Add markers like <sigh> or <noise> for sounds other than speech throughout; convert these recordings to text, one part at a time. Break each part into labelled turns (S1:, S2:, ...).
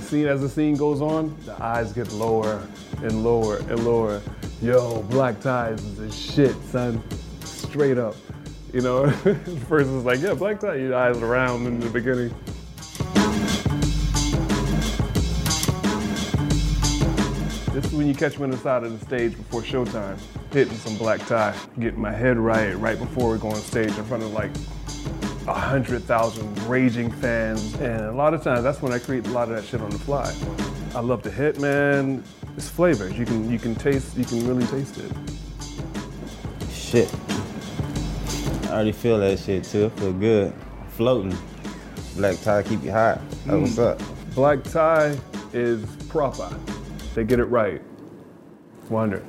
S1: scene as the scene goes on, the eyes get lower and lower and lower. Yo, black ties is the shit, son. Straight up. You know, <laughs> first it's like, yeah, black tie, your eyes round in the beginning. This is when you catch me on the side of the stage before showtime, hitting some black tie, getting my head right right before we go on stage in front of like 100,000 raging fans. And a lot of times, that's when I create a lot of that shit on the fly. I love the hit, man. It's flavors. You can you can taste, you can really taste it.
S2: Shit. I already feel that shit too. I feel good. Floating. Black tie keep you hot. That's what's up.
S1: Black tie is proper. They get it right. Wonder.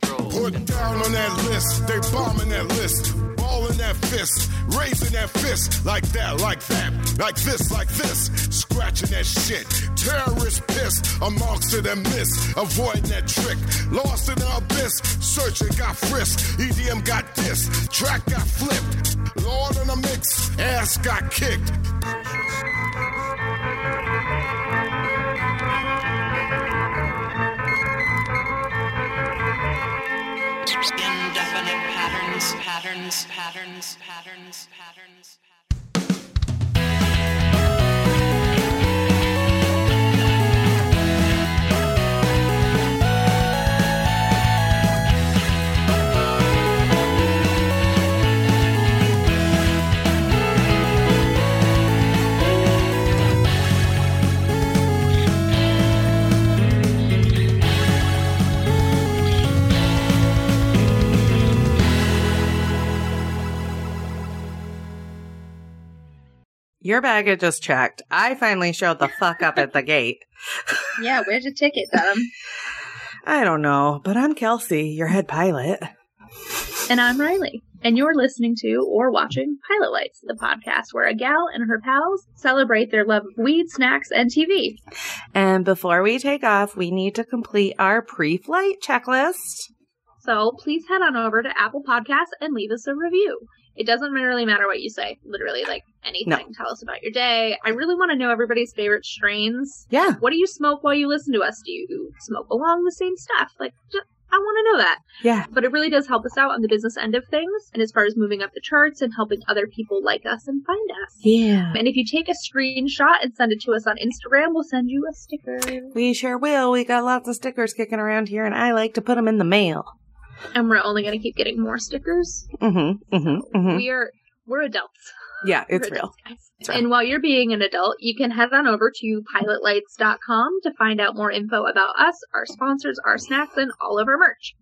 S3: Put down on that list, they bombing that list, balling that fist, raising that fist, like that, like that, like this, like this, scratching that shit. Terrorist piss, amongst it and miss, avoiding that trick, lost in the abyss, searching got frisked, EDM got this, track got flipped, Lord in the mix, ass got kicked.
S4: Indefinite patterns, patterns, patterns, patterns, patterns, patterns.
S5: Your baggage is checked. I finally showed the fuck up at the gate.
S6: Yeah, where's your ticket, Dom?
S5: I don't know, but I'm Kelsey, your head pilot.
S6: And I'm Riley. And you're listening to or watching Pilot Lights, the podcast where a gal and her pals celebrate their love of weed, snacks, and TV.
S5: And before we take off, we need to complete our pre flight checklist.
S6: So please head on over to Apple Podcasts and leave us a review. It doesn't really matter what you say, literally, like anything. Tell us about your day. I really want to know everybody's favorite strains.
S5: Yeah.
S6: What do you smoke while you listen to us? Do you smoke along the same stuff? Like, ju- I want to know that.
S5: Yeah.
S6: But it really does help us out on the business end of things and as far as moving up the charts and helping other people like us and find us.
S5: Yeah.
S6: And if you take a screenshot and send it to us on Instagram, we'll send you a sticker.
S5: We sure will. We got lots of stickers kicking around here, and I like to put them in the mail.
S6: And we're only going to keep getting more stickers.
S5: Mm hmm. Mm hmm. Mm hmm.
S6: We're we're adults.
S5: Yeah, it's
S6: We're
S5: real.
S6: adults, guys.
S5: It's real.
S6: And while you're being an adult, you can head on over to pilotlights.com to find out more info about us, our sponsors, our snacks, and all of our merch.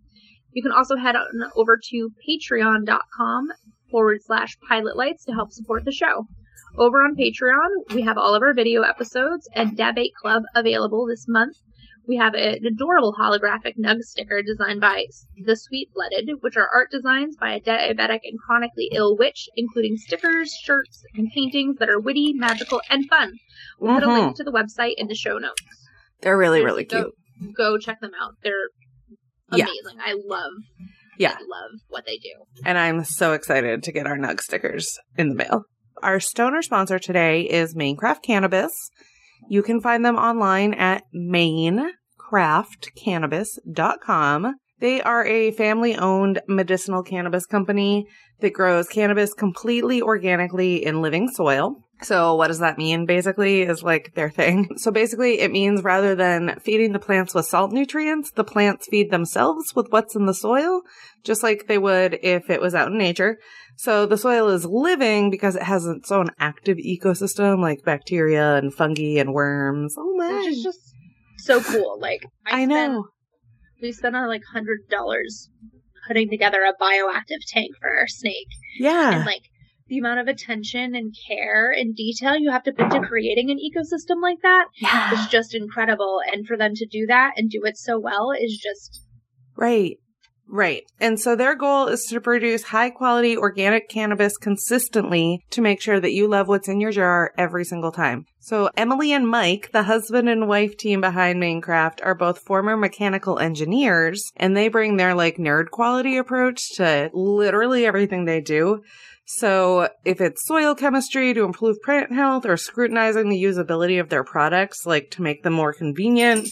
S6: You can also head on over to patreon.com forward slash pilotlights to help support the show. Over on Patreon, we have all of our video episodes and Debate Club available this month. We have an adorable holographic nug sticker designed by The Sweet Blooded, which are art designs by a diabetic and chronically ill witch, including stickers, shirts, and paintings that are witty, magical, and fun. We'll put a
S5: Mhm.
S6: link to the website in the show notes.
S5: They're really, really cute.
S6: Seriously, Go, go check them out. They're
S5: Yeah.
S6: amazing. I love,
S5: Yeah.
S6: I love what they do.
S5: and I'm so excited to get our nug stickers in the mail. Our stoner sponsor today is Maincraft Cannabis. You can find them online at maincraftcannabis.com. They are a family owned medicinal cannabis company that grows cannabis completely organically in living soil. So what does that mean basically is like their thing. <laughs> So basically it means rather than feeding the plants with salt nutrients, the plants feed themselves with what's in the soil just like they would if it was out in nature. So the soil is living because it has its own active ecosystem like bacteria and fungi and worms. Oh
S6: Which
S5: my.
S6: is just so cool. Like
S5: I
S6: spent-
S5: know.
S6: we spent our like hundred dollars putting together a bioactive tank for our snake, and
S5: Yeah.
S6: like the amount of attention and care and detail you have to put to creating an ecosystem like that is
S5: Yeah.
S6: just incredible. And for them to do that and do it so well is just
S5: Right. Right. And so their goal is to produce high quality organic cannabis consistently to make sure that you love what's in your jar every single time. So Emily and Mike, the husband and wife team behind Minecraft, are both former mechanical engineers and they bring their like nerd quality approach to literally everything they do. So, if it's soil chemistry to improve plant health or scrutinizing the usability of their products, like to make them more convenient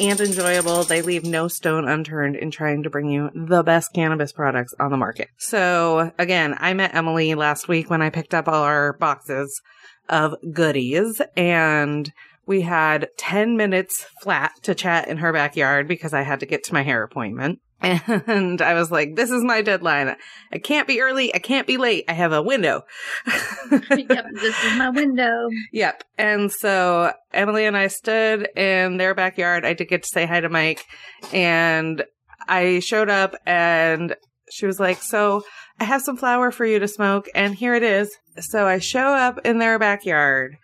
S5: and enjoyable, they leave no stone unturned in trying to bring you the best cannabis products on the market. So, again, I met Emily last week when I picked up all our boxes of goodies and we had 10 minutes flat to chat in her backyard because I had to get to my hair appointment. <laughs> And I was like, this is my deadline. I can't be early. I can't be late. I have a window. <laughs>
S6: yep, this is my window.
S5: Yep. And so Emily and I stood in their backyard. I did get to say hi to Mike and I showed up and she was like, so I have some flour for you to smoke and here it is. So I show up in their backyard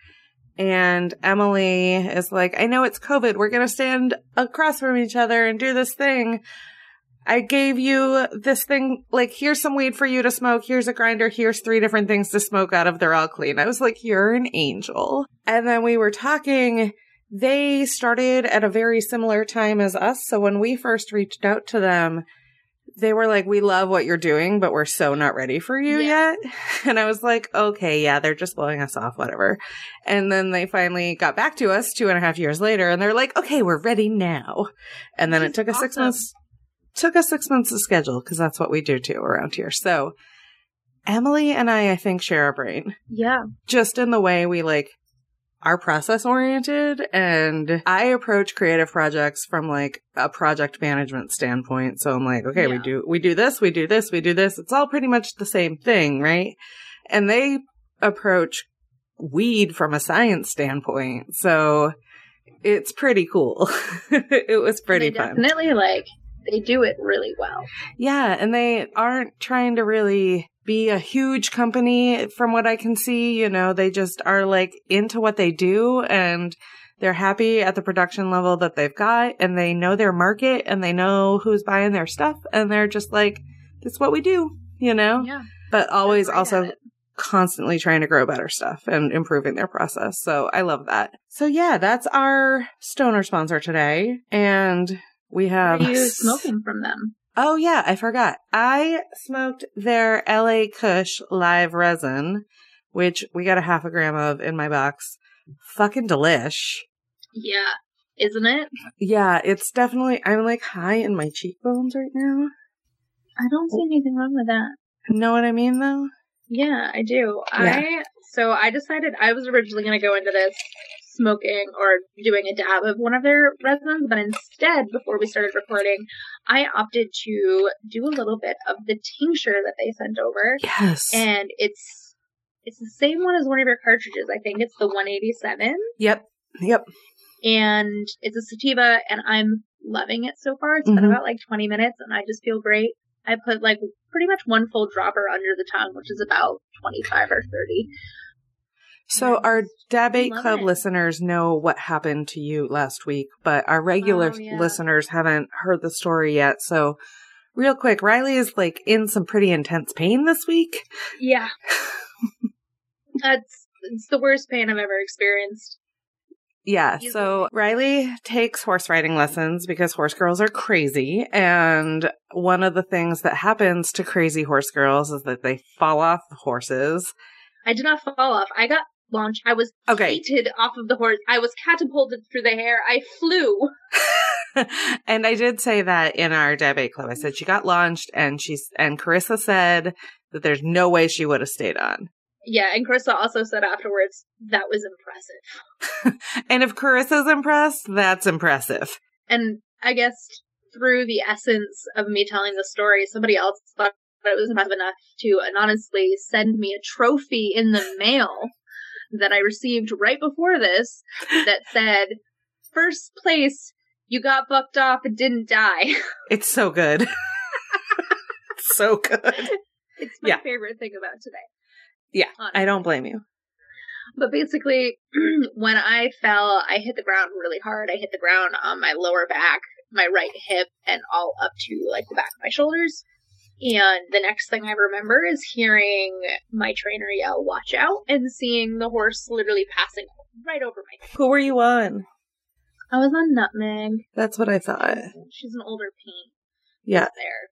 S5: and Emily is like, I know it's COVID. We're going to stand across from each other and do this thing. I gave you this thing. Like, here's some weed for you to smoke. Here's a grinder. Here's three different things to smoke out of. They're all clean. I was like, you're an angel. And then we were talking. They started at a very similar time as us. So when we first reached out to them, they were like, we love what you're doing, but we're so not ready for you
S6: Yeah.
S5: yet. <laughs> And I was like, okay, yeah, they're just blowing us off, whatever. And then they finally got back to us two and a half years later and they're like, okay, we're ready now. And then
S6: Which
S5: it
S6: is
S5: took us six
S6: awesome.
S5: months took us six months to schedule because that's what we do too around here. So Emily and I, I think, share a brain
S6: Yeah.
S5: just in the way we like are process oriented. And I approach creative projects from like a project management standpoint. So I'm like, okay, we
S6: Yeah.
S5: do, we do this, we do this, we do this. It's all pretty much the same thing, right? And they approach weed from a science standpoint. So it's pretty cool. <laughs> it was pretty
S6: they
S5: fun.
S6: Definitely like they do it really well.
S5: Yeah, and they aren't trying to really be a huge company from what I can see. You know, they just are like into what they do and they're happy at the production level that they've got and they know their market and they know who's buying their stuff and they're just like, that's what we do, you know?
S6: Yeah.
S5: But always
S6: Great at
S5: also
S6: it.
S5: constantly trying to grow better stuff and improving their process. So I love that. So yeah, that's our stoner sponsor today. And we have
S6: What are you smoking from them?
S5: Oh yeah, I forgot. I smoked their LA Kush live resin, which we got a half a gram of in my box. Fucking delish.
S6: Yeah. Isn't it?
S5: Yeah, it's definitely I'm like high in my cheekbones right now.
S6: I don't
S5: Oh.
S6: see anything wrong with that.
S5: Know what I mean though?
S6: Yeah, I do.
S5: Yeah.
S6: I so I decided I was originally going to go into this smoking or doing a dab of one of their resins, but instead, before we started recording, I opted to do a little bit of the tincture that they sent over,
S5: Yes.
S6: and it's it's the same one as one of your cartridges. I think it's the 187,
S5: yep. Yep.
S6: and it's a sativa, and I'm loving it so far. It's
S5: Mhm.
S6: been about like 20 minutes, and I just feel great. I put like pretty much one full dropper under the tongue, which is about 25 or 30.
S5: So our Dabate
S6: Love
S5: Club
S6: it.
S5: listeners know what happened to you last week, but our regular
S6: Oh, yeah.
S5: listeners haven't heard the story yet. So real quick, Riley is like in some pretty intense pain this week.
S6: Yeah. <laughs> That's it's the worst pain I've ever experienced.
S5: Yeah,
S6: You-
S5: so Riley takes horse riding lessons because horse girls are crazy. And one of the things that happens to crazy horse girls is that they fall off the horses.
S6: I did not fall off. I got launched. I was
S5: Okay.
S6: yeeted off of the horse. I was catapulted through the hair. I flew.
S5: <laughs> and I did say that in our debate club. I said she got launched and she's, and Carissa said that there's no way she would have stayed on.
S6: Yeah, and Carissa also said afterwards that was impressive.
S5: And if Carissa's impressed, that's impressive.
S6: And I guess through the essence of me telling the story, somebody else thought it was impressive enough to anonymously send me a trophy in the mail that I received right before this that said, first place, you got bucked off and didn't die. <laughs>
S5: It's so good. <laughs> It's so good.
S6: It's my
S5: Yeah.
S6: favorite thing about today.
S5: Yeah,
S6: Honestly.
S5: I don't blame you.
S6: But basically, <clears throat> when I fell, I hit the ground really hard. I hit the ground on my lower back, my right hip, and all up to like the back of my shoulders. And the next thing I remember is hearing my trainer yell, watch out, and seeing the horse literally passing right over my head.
S5: Who were you on?
S6: I was on Nutmeg.
S5: <laughs> That's what I thought.
S6: She's an older paint
S5: Yeah.
S6: there.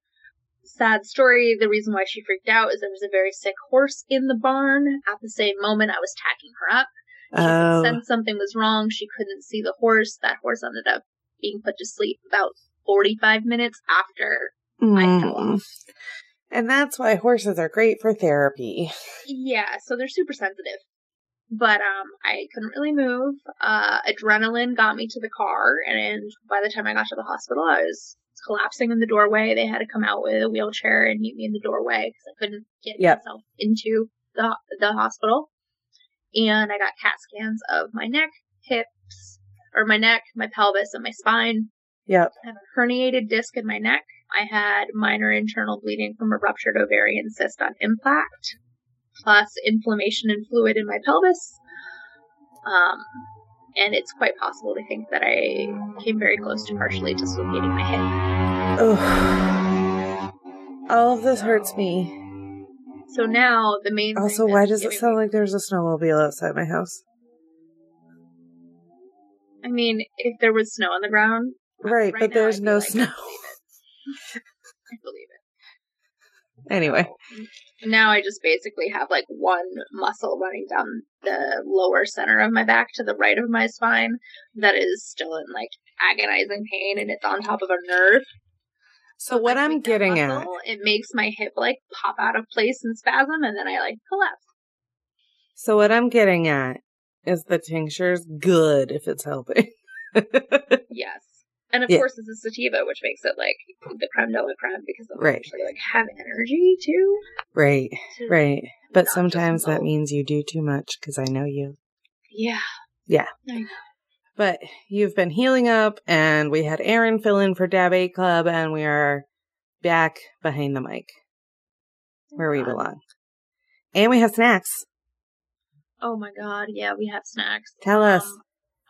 S6: sad story. The reason why she freaked out is there was a very sick horse in the barn at the same moment I was tacking her up. She
S5: Oh.
S6: could sense something was wrong. She couldn't see the horse. That horse ended up being put to sleep about 45 minutes after.
S5: Mm. And that's why horses are great for therapy.
S6: Yeah, so they're super sensitive. But um, I couldn't really move. Uh, adrenaline got me to the car, and by the time I got to the hospital, I was collapsing in the doorway. They had to come out with a wheelchair and meet me in the doorway because I couldn't get
S5: Yep.
S6: myself into the the hospital. And I got CAT scans of my neck, hips, or my neck, my pelvis, and my spine.
S5: Yep.
S6: I have a herniated disc in my neck. I had minor internal bleeding from a ruptured ovarian cyst on impact, plus inflammation and fluid in my pelvis. Um, and it's quite possible to think that I came very close to partially dislocating my hip.
S5: Ugh. All of this hurts me.
S6: So now the main. thing
S5: Also, why
S6: that's
S5: does it
S6: giving
S5: sound
S6: me-
S5: like there's a snowmobile outside my house?
S6: I mean, if there was snow on the ground,
S5: Right,
S6: Right
S5: but
S6: now,
S5: there's
S6: I'd be
S5: no
S6: like-
S5: snow.
S6: I believe it.
S5: <laughs> Anyway,
S6: Now I just basically have like one muscle running down the lower center of my back to the right of my spine that is still in like agonizing pain, and it's on top of a nerve.
S5: so what
S6: Like,
S5: I'm
S6: with that
S5: getting at,
S6: muscle, it makes my hip like pop out of place and spasm, and then I like collapse.
S5: so what I'm getting at is the tincture's good if it's helping.
S6: Yes. And of
S5: Yeah.
S6: course, it's a sativa, which makes it like the creme de la creme because then
S5: Right.
S6: I actually like have energy too.
S5: <laughs> right,
S6: to-
S5: right. But
S6: just
S5: sometimes that
S6: mope.
S5: means you do too much because I know you.
S6: Yeah.
S5: But you've been healing up, and we had Aaron fill in for Dab 8 Club, and we are back behind the mic where we
S6: God.
S5: belong. And we have snacks.
S6: Oh my god. Yeah, we have snacks.
S5: Tell us.
S6: Um,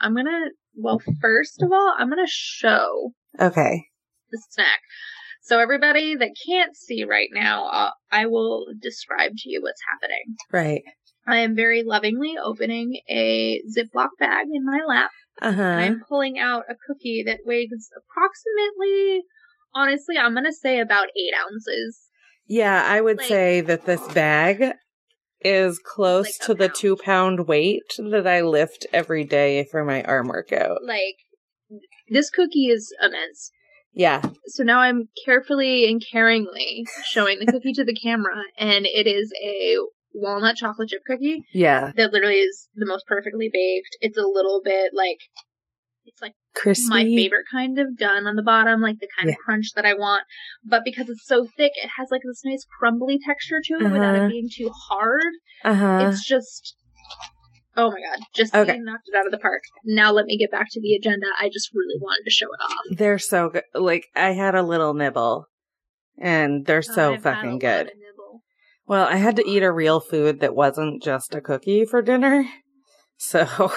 S6: I'm gonna. Well, first of all, I'm gonna show
S5: Okay.
S6: the snack. So everybody that can't see right now, uh, I will describe to you what's happening.
S5: Right.
S6: I am very lovingly opening a Ziploc bag in my lap.
S5: Uh
S6: and
S5: huh.
S6: I'm pulling out a cookie that weighs approximately, honestly, I'm gonna say about eight ounces.
S5: Yeah, I would
S6: like-
S5: say that this bag is close
S6: Like a
S5: to the
S6: pound.
S5: two pound weight that I lift every day for my arm workout.
S6: Like, this cookie is immense.
S5: Yeah.
S6: So now I'm carefully and caringly showing the cookie to the camera, and it is a walnut chocolate chip cookie
S5: Yeah.
S6: that literally is the most perfectly baked. It's a little bit like, it's like
S5: Crispy.
S6: my favorite kind of done on the bottom, like the kind of crunch that I want. But because it's so thick, it has like this nice crumbly texture to it without
S5: Uh-huh.
S6: it being too hard.
S5: Uh huh.
S6: it's just oh my god just
S5: Okay.
S6: you knocked it out of the park now let me get back to the agenda i just really wanted to show it off
S5: They're so good. Like, I had a little nibble and they're so
S6: I've had a
S5: fucking
S6: lot
S5: good.
S6: of nibble.
S5: Well, I had to eat a real food that wasn't just a cookie for dinner. <laughs> So <laughs>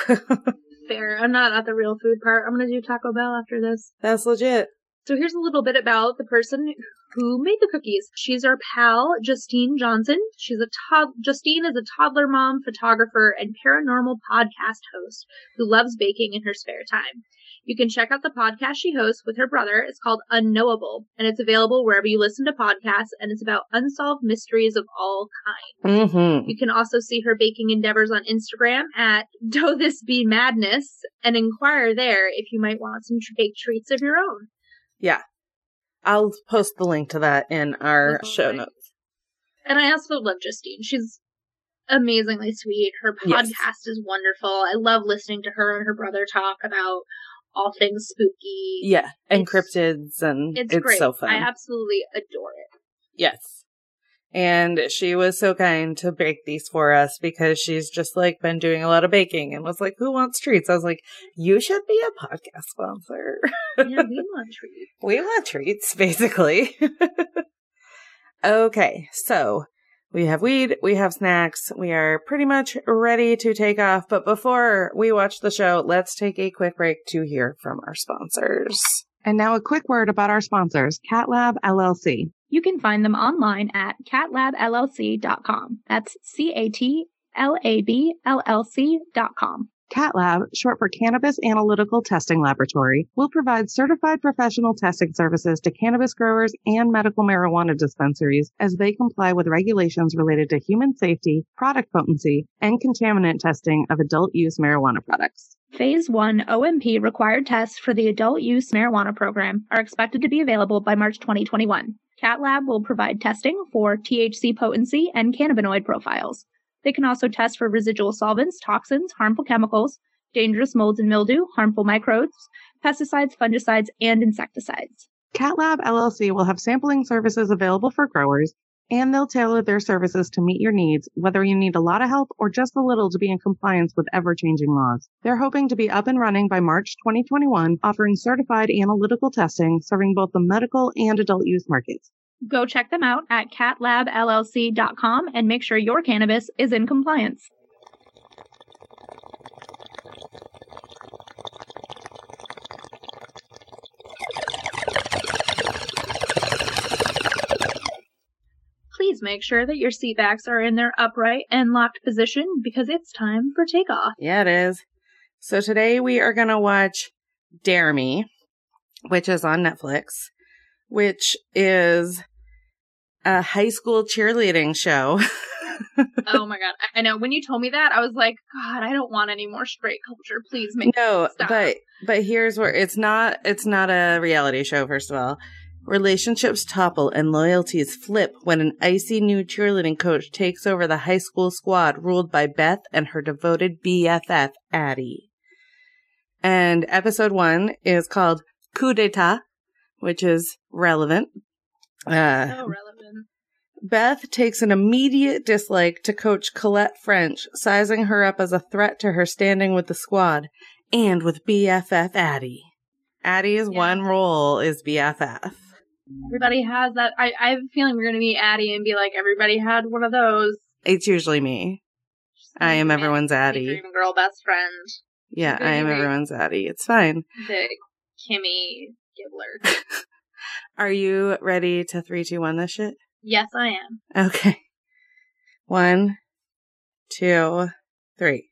S6: fair i'm not at the real food part i'm gonna do taco bell after this
S5: that's legit.
S6: so here's a little bit about the person who made the cookies she's our pal justine johnson she's a tod- justine is a toddler mom photographer and paranormal podcast host who loves baking in her spare time You can check out the podcast she hosts with her brother. It's called Unknowable, and it's available wherever you listen to podcasts, and it's about unsolved mysteries of all kinds.
S5: Mm-hmm.
S6: You can also see her baking endeavors on Instagram at <laughs> Do This Be Madness and inquire there if you might want some tr- baked treats of your own.
S5: Yeah. I'll post the link to that in our
S6: Oh,
S5: show
S6: nice.
S5: notes.
S6: And I also love Justine. She's amazingly sweet. Her podcast
S5: Yes.
S6: is wonderful. I love listening to her and her brother talk about all things spooky.
S5: Yeah. And
S6: It's-
S5: cryptids and
S6: It's,
S5: it's,
S6: great.
S5: so fun.
S6: I absolutely adore it.
S5: yes. And she was so kind to bake these for us because she's just like been doing a lot of baking and was like, Who wants treats? I was like, You should be a podcast sponsor.
S6: yeah, we want <laughs> treats.
S5: We want treats, basically. <laughs> okay, so we have weed, we have snacks, we are pretty much ready to take off. But before we watch the show, let's take a quick break to hear from our sponsors. And now a quick word about our sponsors, CatLab LLC.
S6: You can find them online at catlabllc.com. That's C A T L A B L L C.com.
S5: CatLab, short for Cannabis Analytical Testing Laboratory, will provide certified professional testing services to cannabis growers and medical marijuana dispensaries as they comply with regulations related to human safety, product potency, and contaminant testing of adult use marijuana products.
S6: Phase 1 OMP required tests for the adult use marijuana program are expected to be available by March 2021. CatLab will provide testing for THC potency and cannabinoid profiles. They can also test for residual solvents, toxins, harmful chemicals, dangerous molds and mildew, harmful microbes, pesticides, fungicides, and insecticides.
S5: CatLab LLC will have sampling services available for growers, and they'll tailor their services to meet your needs, whether you need a lot of help or just a little to be in compliance with ever changing laws. They're hoping to be up and running by March 2021, offering certified analytical testing serving both the medical and adult use markets.
S6: Go check them out at catlabllc.com and make sure your cannabis is in compliance. Please make sure that your seatbacks are in their upright and locked position because it's time for takeoff.
S5: Yeah, it is. So today we are going to watch Dare Me, which is on Netflix, which is a high school cheerleading show.
S6: <laughs>
S5: <laughs>
S6: oh my god. I- I know when you told me that, I was like, God, I don't want any more straight culture. Please make
S5: no,
S6: stop.
S5: but but here's where it's not it's not a reality show first of all. Relationships topple and loyalties flip when an icy new cheerleading coach takes over the high school squad ruled by Beth and her devoted BFF Addie. And episode 1 is called Coup d'etat, which is relevant. Uh,
S6: so relevant.
S5: Beth takes an immediate dislike to coach Colette French, sizing her up as a threat to her standing with the squad and with BFF Addie. Addie's
S6: Yeah.
S5: one role is BFF.
S6: Everybody has that. I, I have a feeling we're going to be Addie and be like, everybody had one of those.
S5: It's usually me. I am everyone's Addie.
S6: Dream girl best friend.
S5: Yeah,
S6: Dream
S5: I am
S6: Dream.
S5: everyone's Addie. It's fine.
S6: The Kimmy Gibbler.
S5: Are you ready to three, two, one this shit?
S6: yes, I am.
S5: Okay. One, two, three.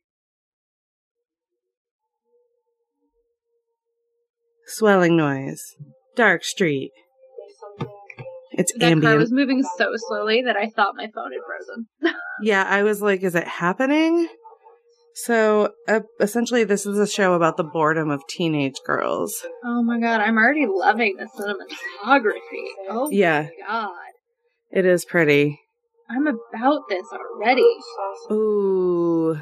S5: Swelling noise. Dark street. It's
S6: That car
S5: ambient.
S6: was moving so slowly that I thought my phone had frozen.
S5: yeah, I was like, is it happening? So uh, essentially, this is a show about the boredom of teenage girls.
S6: Oh my god, I'm already loving the cinematography. Oh
S5: Yeah,
S6: my god.
S5: it is pretty.
S6: I'm about this already.
S5: Ooh.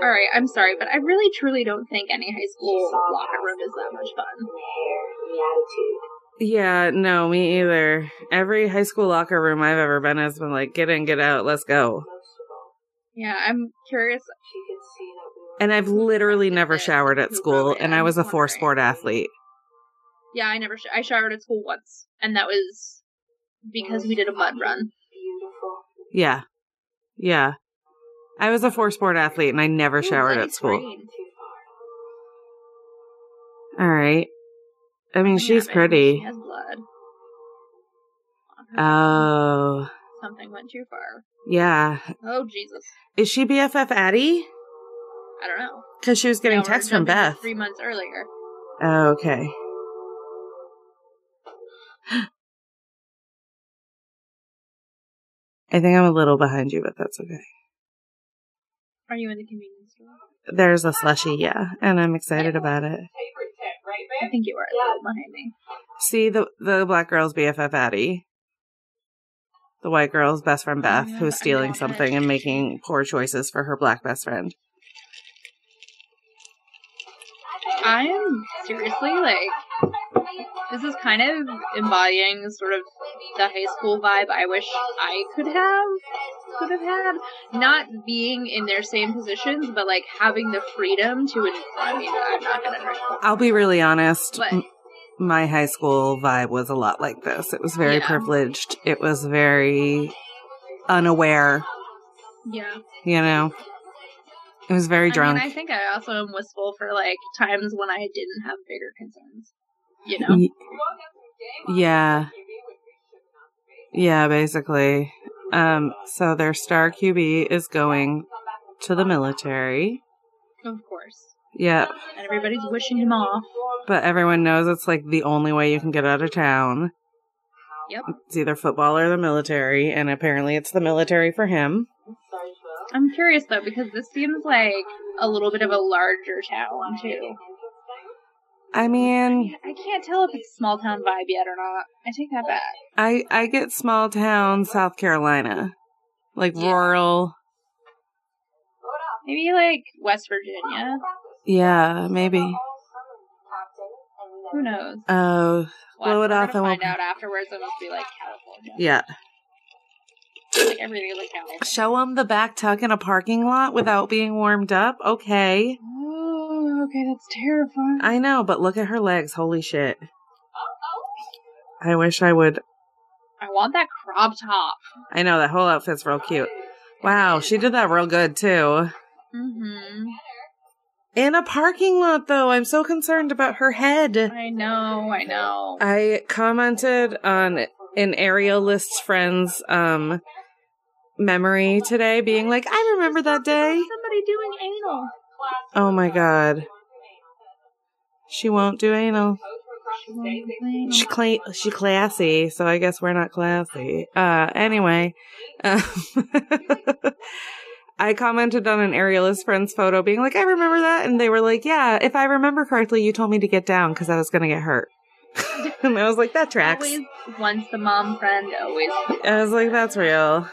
S6: All right, I'm sorry, but I really truly don't think any high school locker room is that much fun.
S5: Yeah, no, me either. Every high school locker room I've ever been has been like, get in, get out, let's go.
S6: Yeah, I'm curious.
S5: And I've literally never
S6: Yeah,
S5: showered at
S6: you
S5: school,
S6: probably-
S5: and I
S6: I'm
S5: was a
S6: just
S5: four
S6: wondering.
S5: sport athlete.
S6: Yeah, I never. Sh- I showered at school once, and that was because we did a mud run.
S5: Yeah. Yeah. I was a four sport athlete, and I never showered at school. All right. I mean, she's
S6: She
S5: pretty.
S6: has blood. on her
S5: Oh,
S6: face. Something went too far.
S5: yeah.
S6: Oh Jesus!
S5: Is she BFF Addie?
S6: I don't know.
S5: Because she was getting
S6: Now we're
S5: texts from
S6: jumping to
S5: Beth.
S6: three months earlier.
S5: Oh, okay. <gasps> I think I'm a little behind you, but that's okay.
S6: Are you in the convenience store?
S5: There's a slushy, yeah, and I'm excited about it.
S6: I think you are a little behind me.
S5: See the the black girl's BFF Addie, the white girl's best friend Beth,
S6: yeah,
S5: who's
S6: I
S5: stealing
S6: know it.
S5: something and making poor choices for her black best friend.
S6: I am seriously like this is kind of embodying sort of the high school vibe I wish I could have could have had. Not being in their same positions, but like having the freedom to. en- I mean, I'm not gonna drink,
S5: I'll be really honest.
S6: but
S5: m- My high school vibe was a lot like this. It was very
S6: Yeah.
S5: privileged. It was very unaware.
S6: yeah.
S5: You know, it was very
S6: I mean,
S5: drunk.
S6: I think I also am wistful for like times when I didn't have bigger concerns. You know,
S5: Y- yeah. Yeah, basically. Um, so their star QB is going to the military.
S6: Of course.
S5: Yeah.
S6: And everybody's wishing him off.
S5: But everyone knows it's like the only way you can get out of town.
S6: Yep.
S5: It's either football or the military, and apparently it's the military for him.
S6: I'm curious though because this seems like a little bit of a larger town too.
S5: I mean,
S6: I can't tell if it's a small town vibe yet or not. I take that back.
S5: I I get small town South Carolina, like
S6: Yeah.
S5: rural.
S6: Maybe like West Virginia.
S5: Yeah, maybe.
S6: Who knows?
S5: Oh,
S6: Well,
S5: blow it
S6: we're
S5: off
S6: gonna
S5: and
S6: find
S5: we'll-
S6: out afterwards. It must be like California.
S5: yeah.
S6: Like everything is like California.
S5: Show them the back tuck in a parking lot without being warmed up. Okay.
S6: Oh, okay, that's terrifying.
S5: I know, but look at her legs. Holy shit. I wish I would.
S6: I want that crop top.
S5: I know that whole outfit's real cute. Wow, she did that real good too.
S6: Mm-hmm.
S5: In a parking lot though, I'm so concerned about her head.
S6: I know, I know.
S5: I commented on an aerialist friend's um memory today being like, I remember that day.
S6: Somebody doing anal.
S5: Oh my god. She won't do anal. She clean, she classy, so I guess we're not classy. Uh, anyway, um, <laughs> I commented on an aerialist friend's photo, being like, "I remember that," and they were like, "Yeah, if I remember correctly, you told me to get down because I was gonna get hurt." <laughs> and I was like, "That tracks."
S6: Always once the mom friend, always.
S5: I was like, "That's real."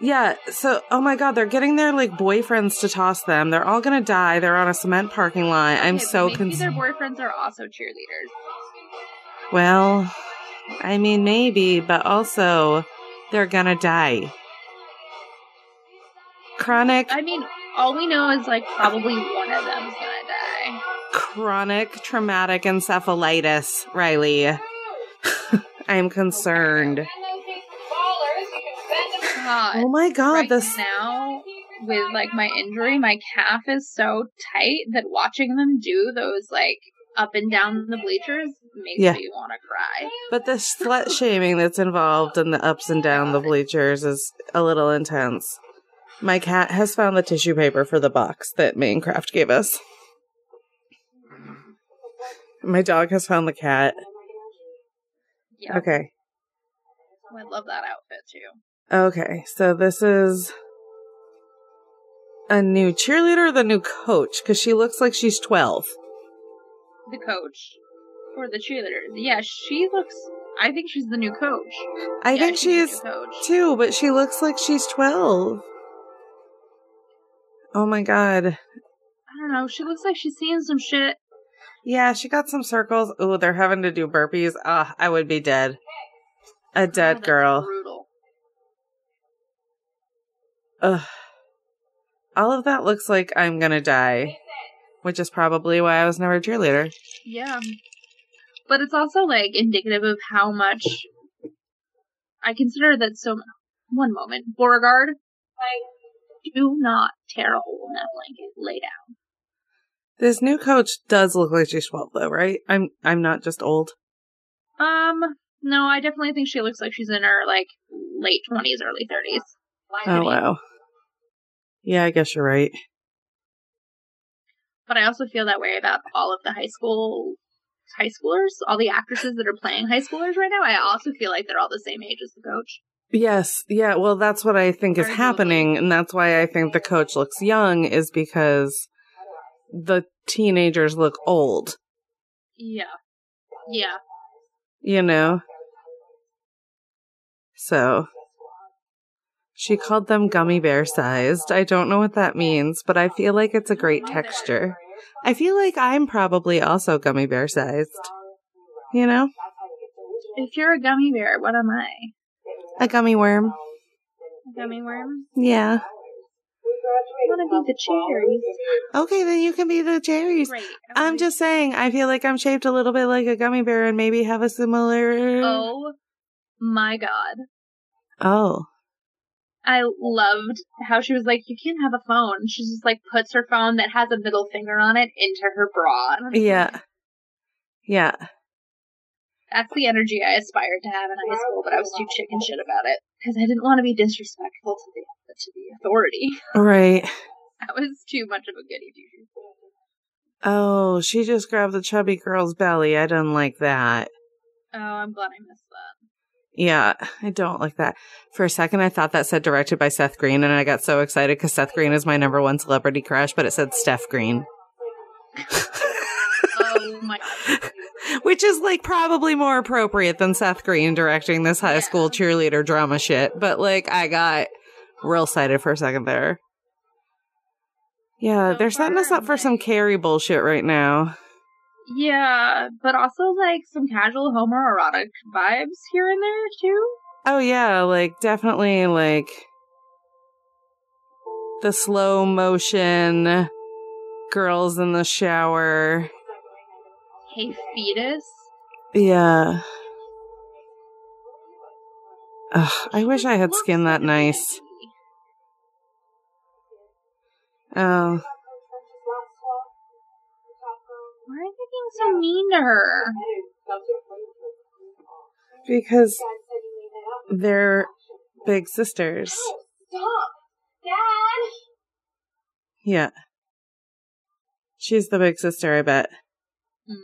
S5: Yeah. So, oh my god, they're getting their like boyfriends to toss them. They're all gonna die. They're on a cement parking lot. I'm
S6: Okay, but
S5: so
S6: maybe
S5: concerned.
S6: their boyfriends are also cheerleaders.
S5: Well, I mean, maybe, but also they're gonna die. Chronic,
S6: I mean, all we know is like probably one of them's gonna die.
S5: chronic traumatic encephalitis, Riley. <laughs> I'm concerned.
S6: God.
S5: Oh my god,
S6: right
S5: this.
S6: now with like my injury, my calf is so tight that watching them do those like up and down the bleachers makes
S5: Yeah.
S6: me want to cry.
S5: But the slut shaming that's involved in the ups and down the bleachers is a little intense. My cat has found the tissue paper for the box that Minecraft gave us. My dog has found the cat.
S6: Yeah,
S5: Okay.
S6: I love that outfit too.
S5: Okay, so this is a new cheerleader, or the new coach, because she looks like she's 12.
S6: The coach or the cheerleaders. Yeah, she looks. I think she's the new coach.
S5: I
S6: Yeah,
S5: think she
S6: she's
S5: is
S6: the new coach.
S5: too, but she looks like she's 12. Oh my god.
S6: I don't know. She looks like she's seen some shit.
S5: Yeah, she got some circles. Oh, they're having to do burpees. Ah, I would be dead. A
S6: Oh,
S5: dead
S6: that's
S5: girl.
S6: Brutal.
S5: Ugh. All of that looks like I'm gonna die, which is probably why I was never a cheerleader.
S6: Yeah. But it's also like indicative of how much I consider that so one moment. Beauregard, like do not tear a hole in that blanket. Lay down.
S5: This new coach does look like she's 12 though, right? I'm I'm not just old.
S6: Um, no, I definitely think she looks like she's in her like late twenties, early thirties.
S5: Oh wow. Yeah, I guess you're right.
S6: But I also feel that way about all of the high school high schoolers, all the actresses that are playing high schoolers right now. I also feel like they're all the same age as the coach.
S5: Yes, yeah, well that's what I think is
S6: Arguably.
S5: happening and that's why I think the coach looks young is because the teenagers look old,
S6: Yeah. Yeah.
S5: you know. So she called them gummy bear sized. I don't know what that means, but I feel like it's a great texture. I feel like I'm probably also gummy bear sized. You know?
S6: If you're a gummy bear, what am I?
S5: A gummy worm.
S6: A gummy worm?
S5: Yeah.
S6: I want to be the cherries.
S5: Okay, then you can be the cherries.
S6: Great. Oh I wanna
S5: I'm
S6: be-
S5: just saying, I feel like I'm shaped a little bit like a gummy bear and maybe have a similar.
S6: Oh my god.
S5: Oh.
S6: I loved how she was like, "You can't have a phone." She just like puts her phone that has a middle finger on it into her bra. And I'm like,
S5: Yeah. Yeah.
S6: That's the energy I aspired to have in high school, but I was too chicken shit about it because I didn't want to be disrespectful to the to the authority. <laughs>
S5: Right.
S6: That was too much of a goody two shoes.
S5: Oh, she just grabbed the chubby girl's belly. I don't like that.
S6: Oh, I'm glad I missed that.
S5: Yeah, I don't like that. For a second, I thought that said directed by Seth Green, and I got so excited because Seth Green is my number one celebrity crush, but it said Steph Green, <laughs>
S6: Oh my god.
S5: which is like probably more appropriate than Seth Green directing this high school cheerleader drama shit. But like, I got real excited for a second there. Yeah,
S6: So
S5: they're setting
S6: far,
S5: us up for
S6: I'm
S5: some
S6: like-
S5: Carrie bullshit right now.
S6: Yeah, but also like some casual homoerotic vibes here and there too.
S5: Oh yeah, like definitely like the slow motion girls in the shower.
S6: Hey fetus.
S5: Yeah. Ugh, I wish I had
S6: Looks
S5: skin that
S6: like a
S5: nice.
S6: baby.
S5: Oh,
S6: Why are you being so mean to her?
S5: because they're big sisters. Yeah. She's the big sister, I bet.
S6: Mm.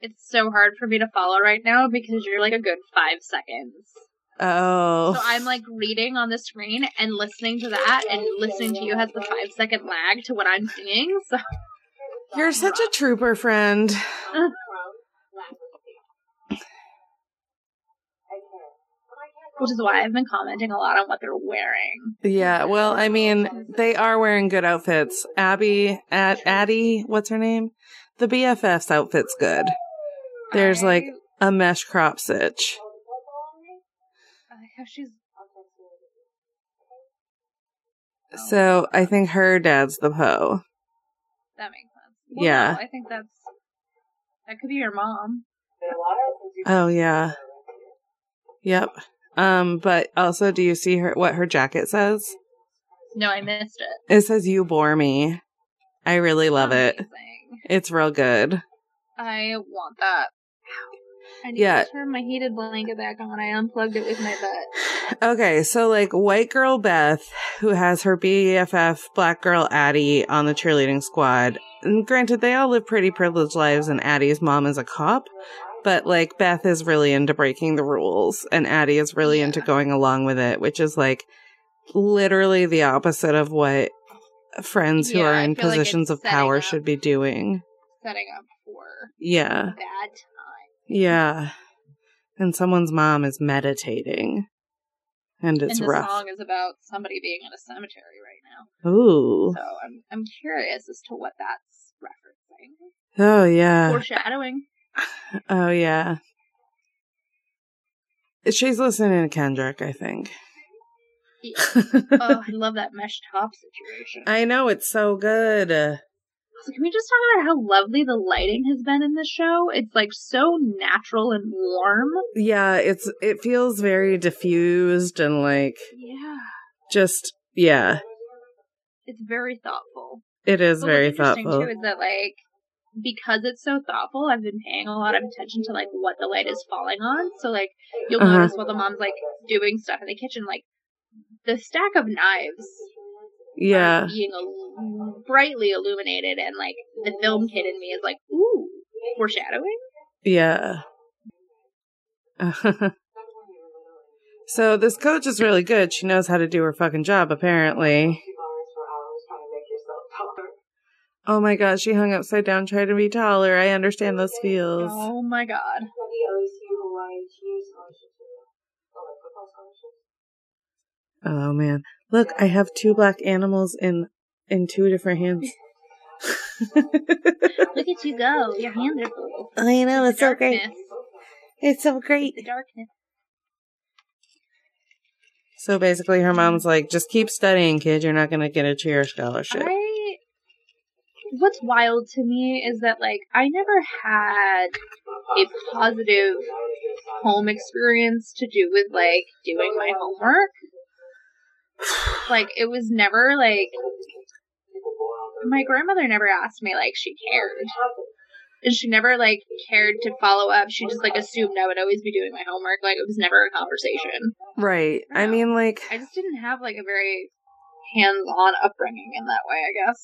S6: It's so hard for me to follow right now because you're like a good five seconds.
S5: Oh.
S6: So I'm like reading on the screen and listening to that, and listening to you has the five second lag to what I'm seeing. <laughs> So
S5: You're such a trooper friend.
S6: which is why I've been commenting a lot on what they're wearing.
S5: Yeah, well, I mean, they are wearing good outfits. Abby, at Addie, what's her name? The BFF's outfit's good. There's like a mesh crop stitch.
S6: I like how she's
S5: So I think her dad's the Poe.
S6: that makes sense.
S5: Yeah.
S6: no, I think that's that could be your mom.
S5: Oh yeah. Yep. Um, but also, do you see her? What her jacket says?
S6: No, I missed it.
S5: It says "You bore me." I really love it.
S6: Amazing.
S5: It's real good.
S6: I want that. I need
S5: Yeah.
S6: to turn my heated blanket back on. I unplugged it with my butt.
S5: Okay, so like white girl Beth, who has her BFF black girl Addie on the cheerleading squad. And granted, they all live pretty privileged lives, and Addie's mom is a cop. But like Beth is really into breaking the rules, and Addie is really into going along with it, which is like literally the opposite of what friends who
S6: Yeah,
S5: are
S6: I
S5: in
S6: feel like it's
S5: positions of
S6: setting
S5: power
S6: up.
S5: should be doing.
S6: Setting up for
S5: Yeah.
S6: bad time.
S5: Yeah. And someone's mom is meditating. And it's
S6: and the
S5: rough.
S6: song is about somebody being in a cemetery right now.
S5: Ooh.
S6: So I'm I'm curious as to what that's referencing.
S5: Oh yeah. <laughs>
S6: Foreshadowing.
S5: Oh yeah. She's listening to Kendrick, I think.
S6: <laughs> Yeah. oh, I love that mesh top situation.
S5: I know it's so good.
S6: So can we just talk about how lovely the lighting has been in this show? It's like so natural and warm.
S5: Yeah, it's it feels very diffused and like
S6: Yeah.
S5: just yeah,
S6: It's very thoughtful.
S5: it is
S6: But
S5: very
S6: what's interesting
S5: thoughtful.
S6: Too is that like because it's so thoughtful, I've been paying a lot of attention to like what the light is falling on. So like you'll
S5: Uh-huh.
S6: notice while the mom's like doing stuff in the kitchen, like the stack of knives are
S5: yeah.
S6: being il- brightly illuminated, and like the film kid in me is like, ooh, foreshadowing.
S5: Yeah. <laughs> so this coach is really good. She knows how to do her fucking job, apparently. Oh my god, she hung upside down trying to be taller. I understand those feels.
S6: Oh my god,
S5: Oh man. Look, I have two black animals in in two different hands. <laughs>
S6: look at you go! Your hands are blue.
S5: I know,
S6: It's darkness.
S5: It's so great.
S6: The darkness.
S5: So basically her mom's like, just keep studying, kid, you're not gonna get a cheer scholarship.
S6: I what's wild to me is that like I never had a positive home experience to do with like doing my homework. Like it was never like my grandmother never asked me like she cared. And she never like cared to follow up. She just like assumed I would always be doing my homework. Like it was never a conversation.
S5: Right. I mean, like,
S6: I just didn't have like a very hands-on upbringing in that way, I guess.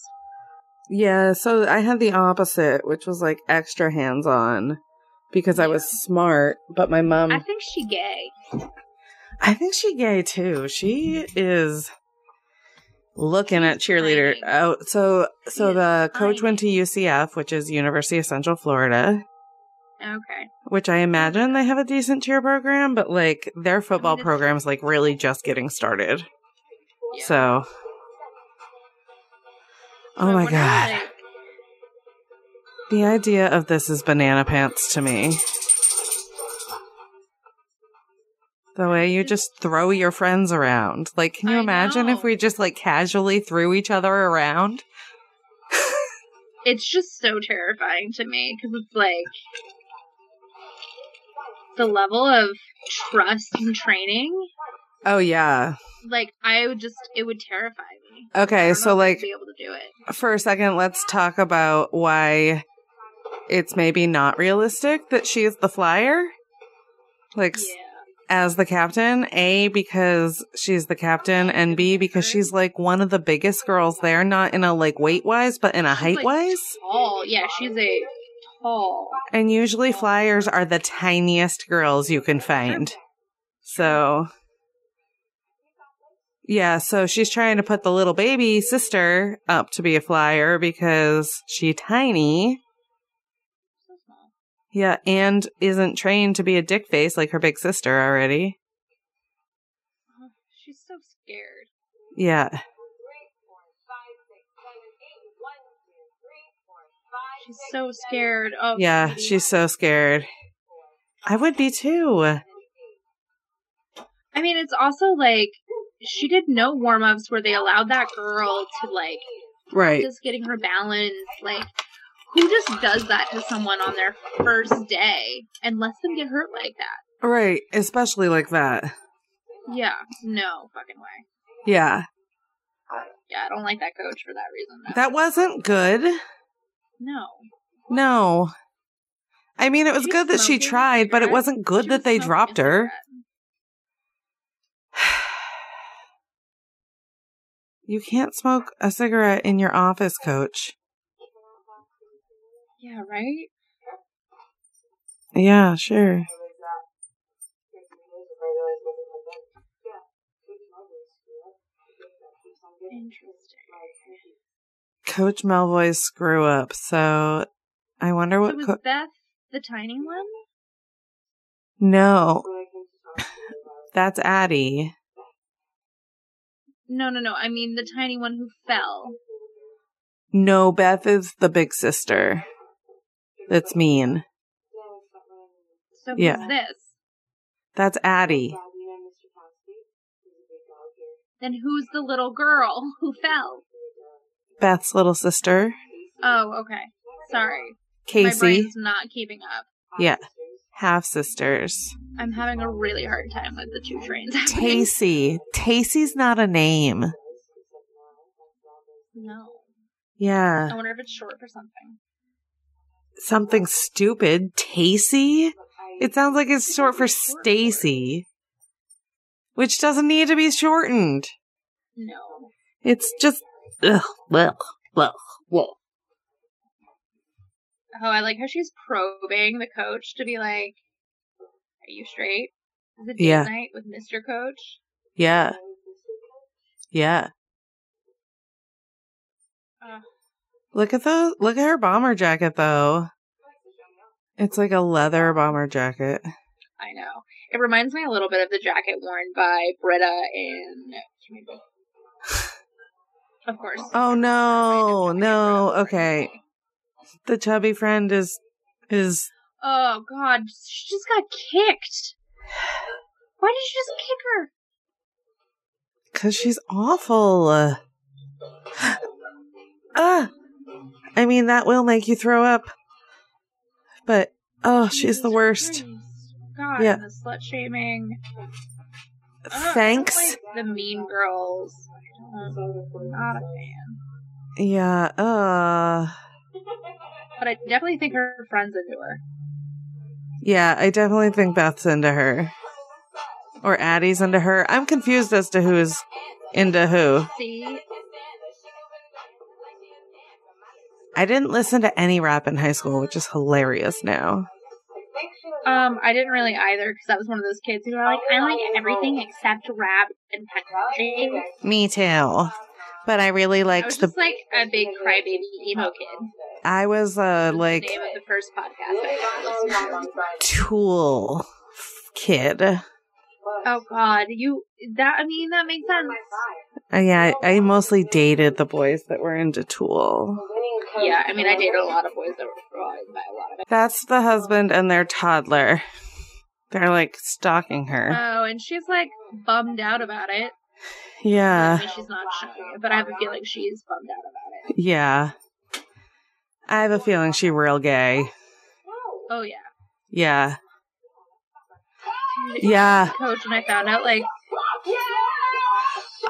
S5: yeah, so I had the opposite, which was like extra hands on because I was smart, but my mom,
S6: I think she gay.
S5: I think she gay too. She is looking at cheerleader.
S6: Tiny.
S5: Oh, so so
S6: She is
S5: the coach
S6: tiny.
S5: went to UCF, which is University of Central Florida,
S6: Okay.
S5: which I imagine they have a decent cheer program, but like their football
S6: it's-
S5: program's like really just getting started.
S6: Yeah.
S5: So
S6: So
S5: Oh
S6: I
S5: my
S6: wonder,
S5: god.
S6: like,
S5: The idea of this is banana pants to me. The way you just throw your friends around. Like, can you
S6: I
S5: imagine
S6: know.
S5: if we just like casually threw each other around?
S6: it's just so terrifying to me because it's like the level of trust and training.
S5: Oh, yeah.
S6: Like I would just, it would terrify me. I
S5: Okay,
S6: don't know
S5: so
S6: if I'd
S5: like
S6: be able to do it.
S5: for a second, let's talk about why it's maybe not realistic that she is the flyer. Like, s-
S6: Yeah.
S5: as the captain, A, because she's the captain, and B, because she's like one of the biggest girls there, not in a like weight wise, but in a
S6: She's,
S5: height
S6: like,
S5: wise.
S6: Tall. Yeah, she's a tall.
S5: And usually flyers are the tiniest girls you can find. So Yeah, so she's trying to put the little baby sister up to be a flyer because she tiny.
S6: So small.
S5: Yeah, and isn't trained to be a dick face like her big sister already.
S6: Oh, She's so scared.
S5: Yeah.
S6: She's so scared. Oh,
S5: Yeah, she's so scared. I would be too.
S6: I mean, it's also like she did no warm ups where they allowed that girl to like
S5: Right.
S6: just getting her balance. Like, who just does that to someone on their first day and lets them get hurt like that?
S5: Right, especially like that.
S6: Yeah, no fucking way.
S5: Yeah.
S6: Yeah, I don't like that coach for that reason. Though.
S5: That wasn't good.
S6: no,
S5: No. I mean, it was
S6: She
S5: good that she
S6: smoking a
S5: tried, but it
S6: cigarette?
S5: wasn't good
S6: She was
S5: that they
S6: smoking a
S5: dropped her.
S6: cigarette.
S5: You can't smoke a cigarette in your office, coach.
S6: Yeah, right.
S5: Yeah, sure.
S6: Interesting.
S5: Coach Melvoy's screw up. So I wonder
S6: So
S5: what.
S6: was
S5: Co-
S6: Beth the tiny one?
S5: no. That's Addie.
S6: No, no, no. I mean the tiny one who fell.
S5: No, Beth is the big sister. That's mean.
S6: So who's
S5: Yeah.
S6: this?
S5: That's Addie.
S6: Then who's the little girl <laughs> who fell?
S5: Beth's little sister,
S6: Oh, okay. Sorry. My
S5: Casey.
S6: brain's not keeping up.
S5: Yeah. Half sisters.
S6: I'm having a really hard time with the two trains.
S5: <laughs>
S6: happening.
S5: Tacy. Tacy's not a name.
S6: <laughs> No.
S5: Yeah.
S6: I wonder if it's short for something.
S5: Something stupid. Tacy? It sounds like it's short for Stacy, which doesn't need to be shortened.
S6: No.
S5: It's just. Ugh, blech, blech, blech.
S6: Oh, I like how she's probing the coach to be like, "Are you straight? Is it date
S5: Yeah.
S6: night with Mr. Coach?"
S5: Yeah. Yeah.
S6: Ugh.
S5: Look at the look at her bomber jacket though. It's like a leather bomber jacket.
S6: I know. It reminds me a little bit of the jacket worn by Britta in. Community. Of course.
S5: Oh no, no.
S6: Britta.
S5: Okay. The chubby friend is is
S6: Oh God, she just got kicked. Why did you just kick her?
S5: cuz she's awful. Uh, ah. I mean that will make you throw up. But oh, she's the
S6: Jesus
S5: worst.
S6: Christ. God,
S5: Yeah.
S6: the slut shaming. Ah,
S5: Thanks.
S6: The mean girls. I don't- Not a fan.
S5: Yeah. Uh
S6: but I definitely think her friend's into her.
S5: Yeah, I definitely think Beth's into her. Or Addie's into her. I'm confused as to who's into who.
S6: See,
S5: I didn't listen to any rap in high school, which is hilarious now.
S6: um, I didn't really either because I was one of those kids who were like, I like everything except rap and country.
S5: Me too. But I really
S6: I was
S5: liked the.
S6: just like a big crybaby emo kid.
S5: I was uh,
S6: Like,
S5: like
S6: name of the first podcast I ever listened to.
S5: tool f- kid. Uh,
S6: Oh God, you that I mean that makes sense.
S5: yeah, I, I mostly dated the boys that were into tool.
S6: Yeah, I mean I dated a lot of boys that were fraud by a lot of it.
S5: That's the husband and their toddler. They're like stalking her.
S6: Oh, and she's like bummed out about it. I
S5: Yeah.
S6: mean, she's not showing it, but I have a feeling she's bummed out about it.
S5: Yeah. I have a feeling she real gay.
S6: Oh yeah.
S5: Yeah. Yeah.
S6: Coach and I found out like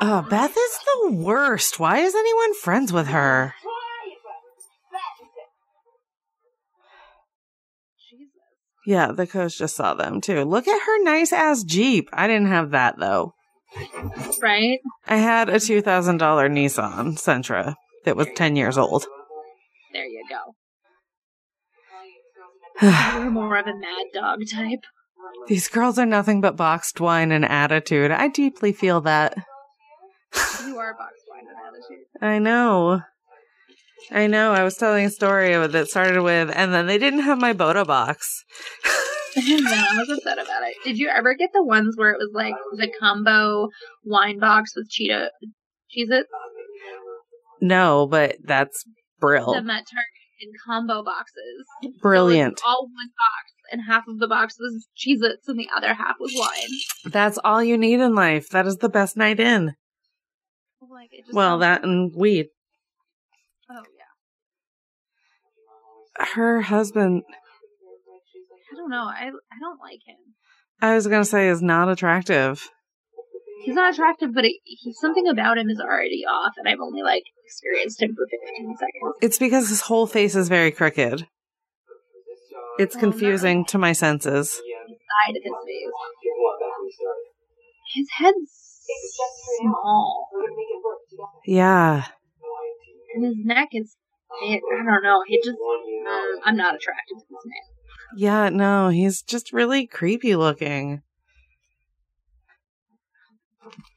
S5: Oh, Beth is the worst. Why is anyone friends with her?
S6: Jesus.
S5: Yeah, the coach just saw them too. Look at her nice ass Jeep. I didn't have that though.
S6: <sighs> Right?
S5: I had a $2,000 Nissan Sentra that was 10 years old.
S6: There you go. <sighs> You're more of a mad dog type.
S5: These girls are nothing but boxed wine and attitude. I deeply feel that.
S6: You are box wine and attitude.
S5: I know. I know. I was telling a story that started with, and then they didn't have my Boda box.
S6: no, <laughs> I was upset about it. Did you ever get the ones where it was like the combo wine box with Cheetah Cheez Its?
S5: No, but that's brill.
S6: Them at Target in combo boxes. So it was
S5: Brilliant.
S6: all one box and half of the box was Cheez Its and the other half was wine.
S5: That's all you need in life. That is the best night in.
S6: I'm Like, it just
S5: Well,
S6: sounds-
S5: that and weed.
S6: Oh yeah.
S5: Her husband,
S6: I don't know. I I don't like him.
S5: I was going to say, is not attractive.
S6: He's not attractive, but it, he, something about him is already off, and I've only like experienced him for 15 seconds.
S5: It's because his whole face is very crooked. It's
S6: Oh, no.
S5: confusing to my senses.
S6: Side of his face. His head's small,
S5: Yeah.
S6: and his neck is. It, I don't know. He just. Um, I'm not attracted to this man.
S5: Yeah, no, he's just really creepy looking.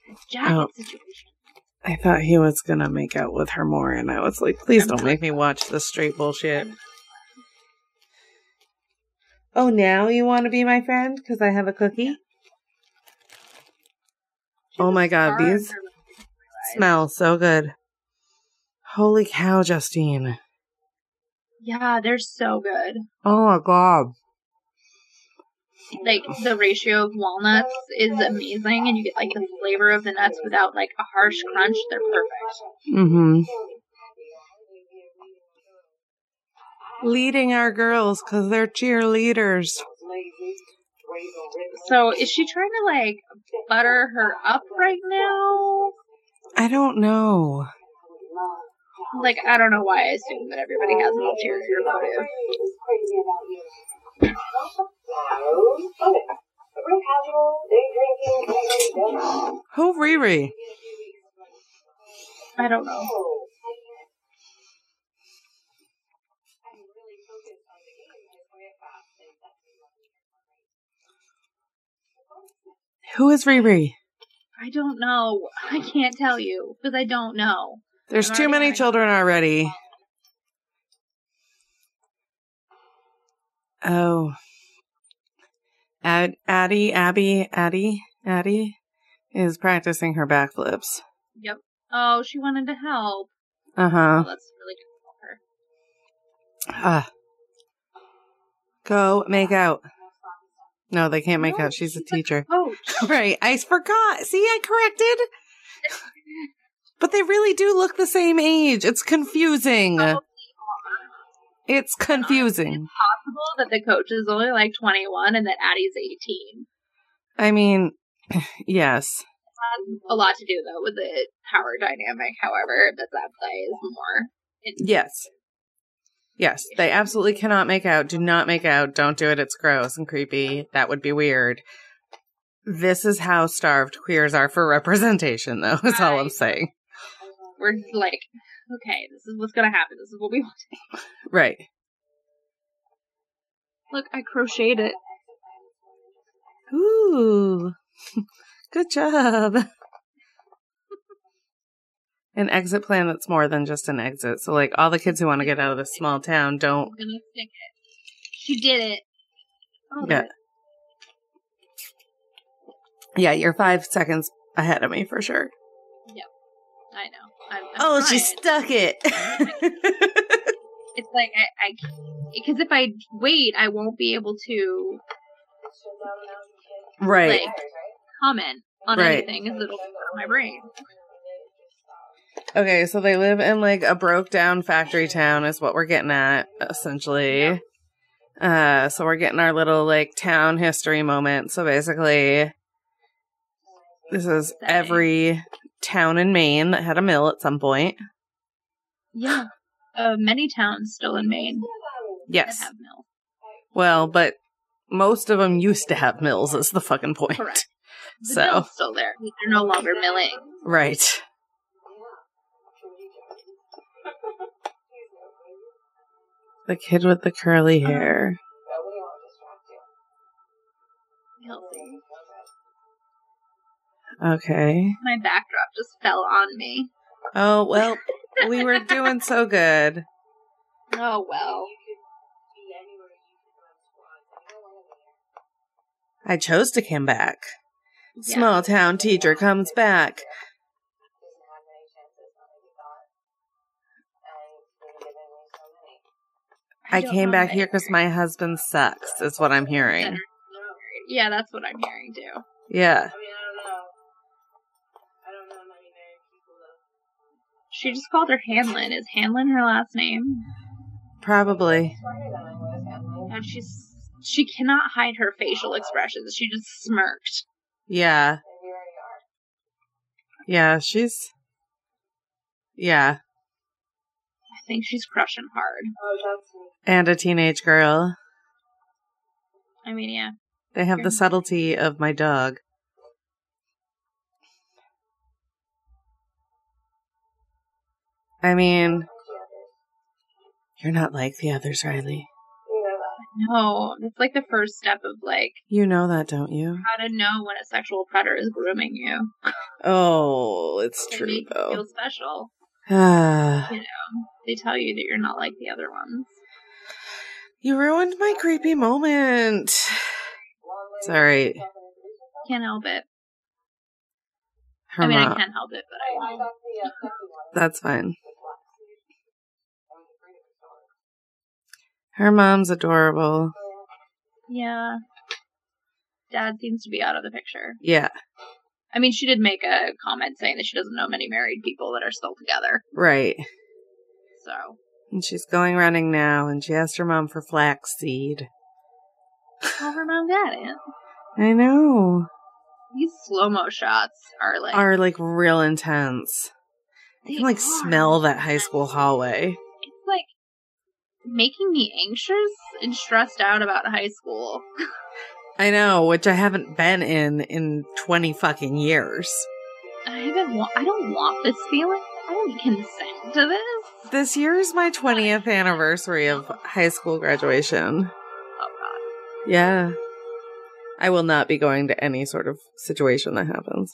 S6: His jacket
S5: Oh.
S6: situation.
S5: I thought he was gonna make out with her more, and I was like, please don't make me watch this straight bullshit. Oh, now you want to be my friend because I have a cookie?
S6: She has
S5: Oh
S6: a
S5: my god,
S6: scar on
S5: these
S6: her right.
S5: smell so good. Holy cow, Justine.
S6: Yeah, they're so good.
S5: Oh my god.
S6: Like the ratio of walnuts is amazing, and you get like the flavor of the nuts without like a harsh crunch. They're perfect.
S5: Mm hmm. Leading our girls because they're cheerleaders.
S6: So is she trying to like butter her up right now?
S5: I don't know.
S6: Like I don't know why I assume that everybody has an ulterior motive.
S5: Who Riri?
S6: I don't know.
S5: Who is Riri?
S6: I don't know. I can't tell you because I don't know.
S5: There's
S6: I'm
S5: too
S6: already
S5: many
S6: having-
S5: children already. Oh. Ad- Addie, Abby, Addie, Addie is practicing her backflips.
S6: Yep. Oh, she wanted to help.
S5: Uh huh.
S6: Oh, that's really good for her.
S5: Ah. Go make out. No, they can't make
S6: No,
S5: out. Oh She's a
S6: like,
S5: teacher.
S6: Oh,
S5: <laughs> right. I forgot. See, I corrected. But they really do look the same age. It's confusing.
S6: <laughs> Oh.
S5: It's confusing.
S6: possible that the coach is only like 21 and that Addie's 18.
S5: I mean, <sighs> yes.
S6: A lot to do though with the power dynamic. However, that that play is more.
S5: Yes. Yes, they absolutely cannot make out. Do not make out. Don't do it. It's gross and creepy. That would be weird. This is how starved queers are for <laughs> representation, though, is all I'm
S6: Right.
S5: saying.
S6: We're just like, okay, this is what's gonna happen. This is what we want.
S5: Right.
S6: Look, I crocheted it.
S5: Ooh. <laughs> Good job. <laughs> An exit plan that's more than just an exit. So, like, all the kids who want to get out of this small town don't
S6: I'm gonna stick it. She did it. Oh,
S5: Yeah. Yeah, you're five seconds ahead of me for sure.
S6: I know. I'm, I'm
S5: oh, she
S6: trying.
S5: stuck it.
S6: It's like I, I, because if I wait, I won't be able to
S5: <laughs> right.
S6: like comment on
S5: Right.
S6: anything because it'll go out of my brain.
S5: Okay, so they live in like a broke down factory town, is what we're getting at, essentially. Uh, so we're getting our little like town history moment. So basically, this is every town in Maine that had a mill at some point.
S6: Yeah. Uh, many towns still in Maine that
S5: Yes.
S6: have mills.
S5: Well, but most of them used to have mills, is the fucking point.
S6: Correct. The
S5: So.
S6: mill's still there. They're no longer milling.
S5: Right. The kid with the curly hair.
S6: Healthy.
S5: Okay.
S6: My backdrop just fell on me.
S5: Oh, well, we were doing so good.
S6: Oh well.
S5: I chose to come back.
S6: Yeah.
S5: Small town teacher comes back. I
S6: don't
S5: came
S6: know
S5: back
S6: that-
S5: here because my husband sucks, is what I'm hearing.
S6: Yeah, that's what I'm hearing too.
S5: Yeah.
S6: She just called her Hanlon. Is Hanlon her last name?
S5: Probably.
S6: And she's she cannot hide her facial expressions. She just smirked.
S5: Yeah. Yeah, she's. Yeah.
S6: I think she's crushing hard.
S5: And a teenage girl.
S6: I mean, yeah.
S5: They have the subtlety of my dog. I mean, you're not like the others, Riley.
S6: No, that's like the first step of like
S5: You know that, don't you?
S6: how to know when a sexual predator is grooming you.
S5: Oh, it's
S6: They
S5: true,
S6: make you
S5: though.
S6: Feel special.
S5: Ah,
S6: They tell you that you're not like the other ones.
S5: <sighs> you ruined my creepy moment. Sorry.
S6: Can't help it.
S5: Her
S6: I mean, I
S5: mom-
S6: can't help it, but I won't.
S5: That's fine. Her mom's adorable.
S6: Yeah. Dad seems to be out of the picture.
S5: Yeah,
S6: I mean, she did make a comment saying that she doesn't know many married people that are still together.
S5: right.
S6: So,
S5: And she's going running now, and she asked her mom for flaxseed.
S6: well, her mom got it.
S5: I know.
S6: These slow mo shots are like.
S5: Are like real intense. I
S6: they
S5: can like
S6: are.
S5: smell that high school hallway.
S6: It's like making me anxious and stressed out about high school.
S5: I know, which I haven't been in in 20 fucking years.
S6: I haven't. Wa- I don't want this feeling. I don't consent to this.
S5: This year is my 20th anniversary of high school graduation.
S6: Oh god.
S5: Yeah. I will not be going to any sort of situation that happens.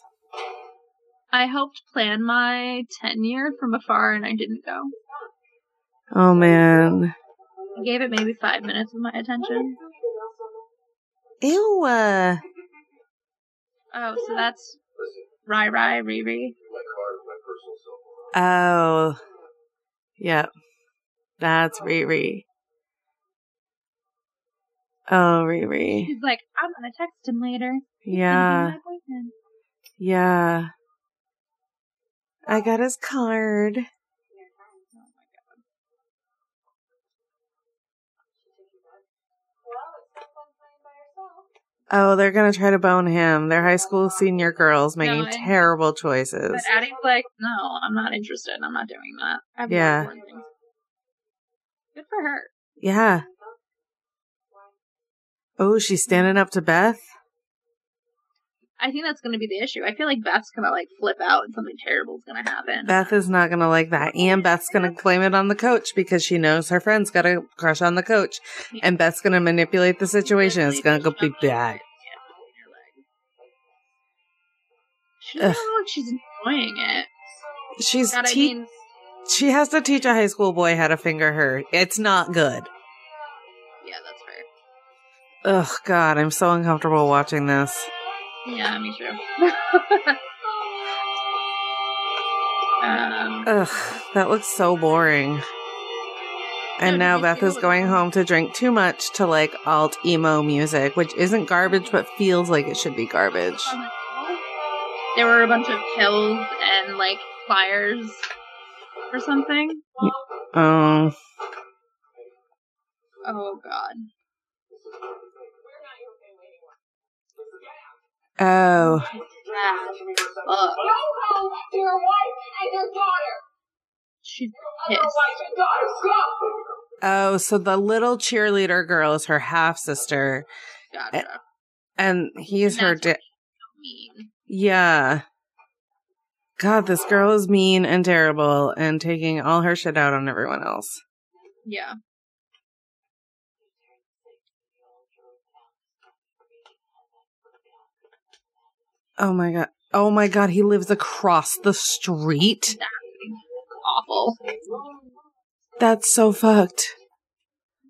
S6: I helped plan my tenure from afar, and I didn't go.
S5: Oh man.
S6: I gave it maybe five minutes of my attention.
S5: Ew. uh,
S6: Oh, so that's Rai Rai Riri.
S5: Oh. Yep. That's Riri. Oh, Riri.
S6: She's like, I'm gonna text him later. He's
S5: Yeah.
S6: gonna be my boyfriend.
S5: Yeah. I got his card. Oh, they're gonna try to bone him. Their high school senior girls making
S6: I-
S5: terrible choices.
S6: But Addie's like, no, I'm not interested. I'm not doing that. I've
S5: Yeah.
S6: learned one thing. Good for her.
S5: Yeah. Oh, she's standing up to Beth.
S6: I think that's going to be the issue. I feel like Beth's going to like flip out and something terrible's going to happen.
S5: Beth is not going to like that. And Beth's going to blame it on the coach because she knows her friend's got a crush on the coach. And Beth's going to manipulate the situation. It's going to go be bad.
S6: She doesn't know if she's enjoying it.
S5: She's
S6: God, I
S5: te-
S6: mean,
S5: she has to teach a high school boy how to finger her. It's not good.
S6: yeah, that's fair.
S5: Ugh, God, I'm so uncomfortable watching this.
S6: Yeah, me too. <laughs> um,
S5: Ugh, that looks so boring. And now Beth is going home to drink too much to like alt emo music, which isn't garbage but feels like it should be garbage.
S6: there were a bunch of kills and like fires or something.
S5: Um,
S6: Oh God.
S5: oh,
S6: Bad. Fuck.
S7: Go home to your wife and your daughter.
S6: She's
S7: Your
S6: pissed.
S7: wife and daughter, go.
S5: oh, so the little cheerleader girl is her half sister, Eh.
S6: Gotcha.
S5: and he's her
S6: That's
S5: da-
S6: what she's so mean.
S5: Yeah. God, this girl is mean and terrible and taking all her shit out on everyone else.
S6: Yeah.
S5: Oh my god. Oh my god, he lives across the street.
S6: Awful.
S5: That's so fucked.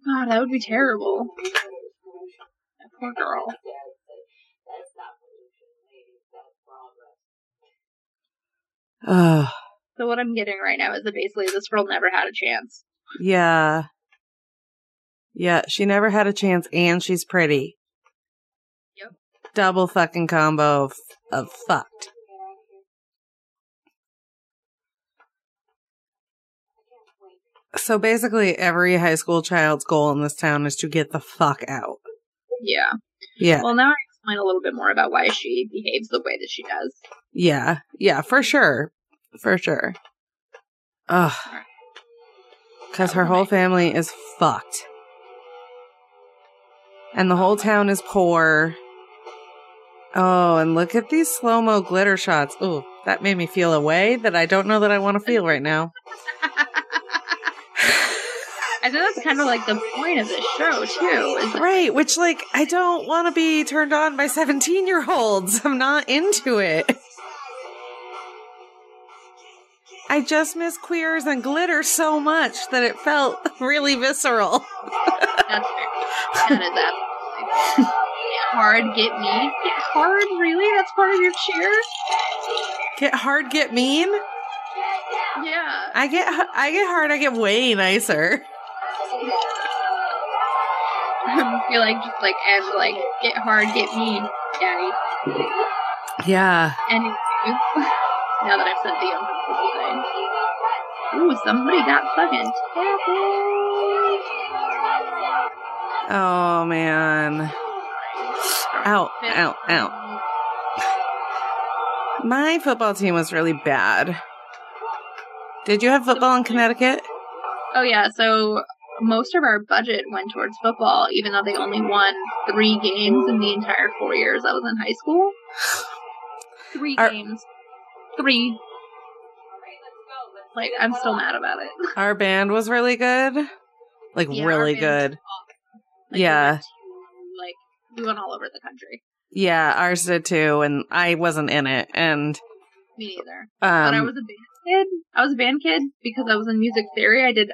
S6: God, that would be terrible. That poor girl.
S5: Ugh.
S6: So what I'm getting right now is that basically this girl never had a chance.
S5: Yeah. Yeah, she never had a chance and she's pretty.
S6: Yep.
S5: Double fucking combo of, of fucked. So basically, every high school child's goal in this town is to get the fuck out.
S6: Yeah.
S5: Yeah.
S6: Well, now I explain a little bit more about why she behaves the way that she does.
S5: Yeah, yeah, for sure, for sure. Ugh, because her whole family is fucked, and the whole town is poor. Oh, and look at these slow mo glitter shots. Ooh, that made me feel a way that I don't know that I want to feel right now.
S6: I think that's kind of like the point of this show too. Is
S5: Right, which like I don't want to be turned on by 17-year-olds. I'm not into it. I just miss queers and glitter so much that it felt <laughs> really visceral.
S6: that's fair. That is absolutely fair. Get hard, get me. Get hard, really? That's part of your cheer?
S5: Get hard, get mean.
S6: Yeah. <laughs>
S5: I get I get hard, I get way nicer.
S6: You're like just like and like get hard, get mean, daddy.
S5: Yeah.
S6: Anyways, <laughs> now that I've said the uncomfortable thing. Ooh, somebody got fucking tackled.
S5: Oh man. Ow, ow, ow. My football team was really bad. Did you have football in Connecticut?
S6: Oh yeah, so most of our budget went towards football, even though they only won three games in the entire four years I was in high
S5: <sighs>
S6: school. Three
S5: Are-
S6: games. Three. Like I'm still mad about it. <laughs>
S5: Our band was really good. Like
S6: Yeah, our
S5: really
S6: band
S5: good.
S6: was awesome. Like, we
S5: Yeah.
S6: went to, Like we went all over the country.
S5: Yeah, ours did too, and I wasn't in it. And
S6: Me neither. but I
S5: um,
S6: was a band kid. I was a band kid because I was in music theory. I did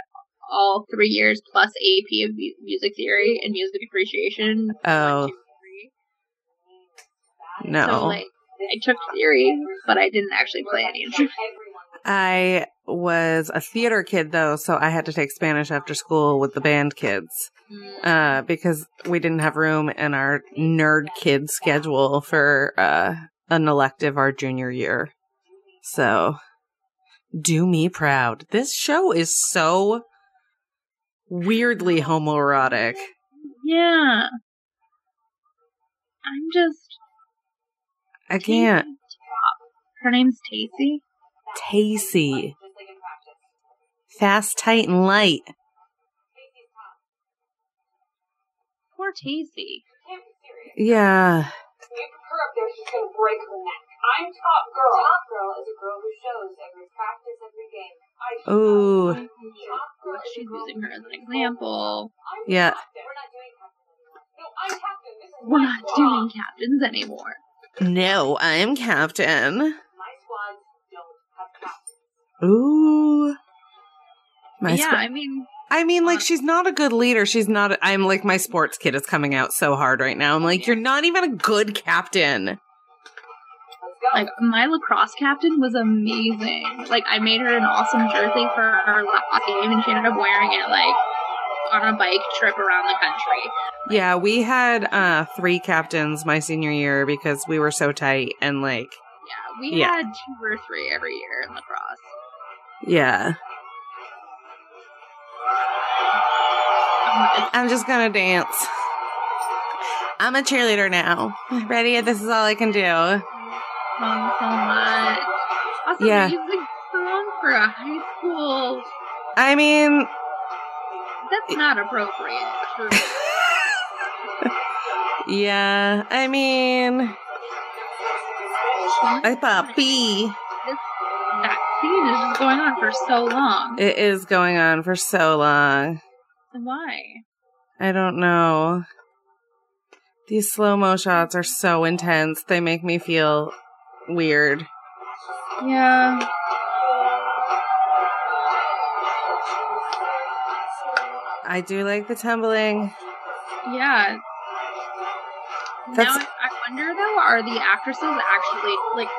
S6: all three years plus AP of mu- music theory and music appreciation. One,
S5: Oh.
S6: two, three.
S5: no,
S6: So like I took theory, but I didn't actually play any instrument.
S5: I was a theater kid though, so I had to take Spanish after school with the band kids uh, because we didn't have room in our nerd kid schedule for uh, an elective our junior year. So, do me proud. This show is so weirdly homoerotic.
S6: Yeah. I'm just
S5: I can't.
S6: her name's Tacy.
S5: Tacy. Fast, tight, and light.
S6: Poor Tasty.
S7: Can't be serious.
S5: Yeah.
S7: You put her up there, she's gonna break her neck. I'm top girl. Top girl is a girl who shows every practice, every game. I show
S5: Ooh.
S7: up. Top girl is a
S6: She's
S7: girl
S6: using
S7: who
S6: her as an
S7: shows
S6: example.
S7: I'm
S5: Yeah.
S7: captain. We're not doing captain. No, I'm captain. This is
S6: We're
S7: my
S6: not
S7: squad.
S6: doing captains anymore.
S5: No, I'm captain.
S7: My squads don't have
S6: <laughs>
S7: captains.
S5: Ooh. My
S6: yeah,
S5: sp-
S6: I mean,
S5: I mean, like, she's not a good leader. She's not. I'm like, my sports kid is coming out so hard right now. I'm like, you're not even a good captain.
S7: Let's go.
S6: like my lacrosse captain was amazing. Like I made her an awesome jersey for her lacrosse game, and she ended up wearing it like on a bike trip around the country.
S5: Yeah, we had uh three captains my senior year because we were so tight and like,
S6: Yeah, we
S5: Yeah.
S6: had two or three every year in lacrosse.
S5: yeah.
S6: Um, it's-
S5: I'm just gonna dance. I'm a cheerleader now. Ready? This is all I can do.
S6: song so much. Also,
S5: Yeah.
S6: yeah. music song for a high school.
S5: I mean,
S6: That's not appropriate. surely.
S5: yeah. I mean, a puppy.
S6: that scene is just going on for so long.
S5: It is going on for so long.
S6: Why?
S5: I don't know. These slow mo shots are so intense. They make me feel weird.
S6: Yeah.
S5: I do like the tumbling.
S6: Yeah.
S5: That's-
S6: now I wonder though, are the actresses actually like?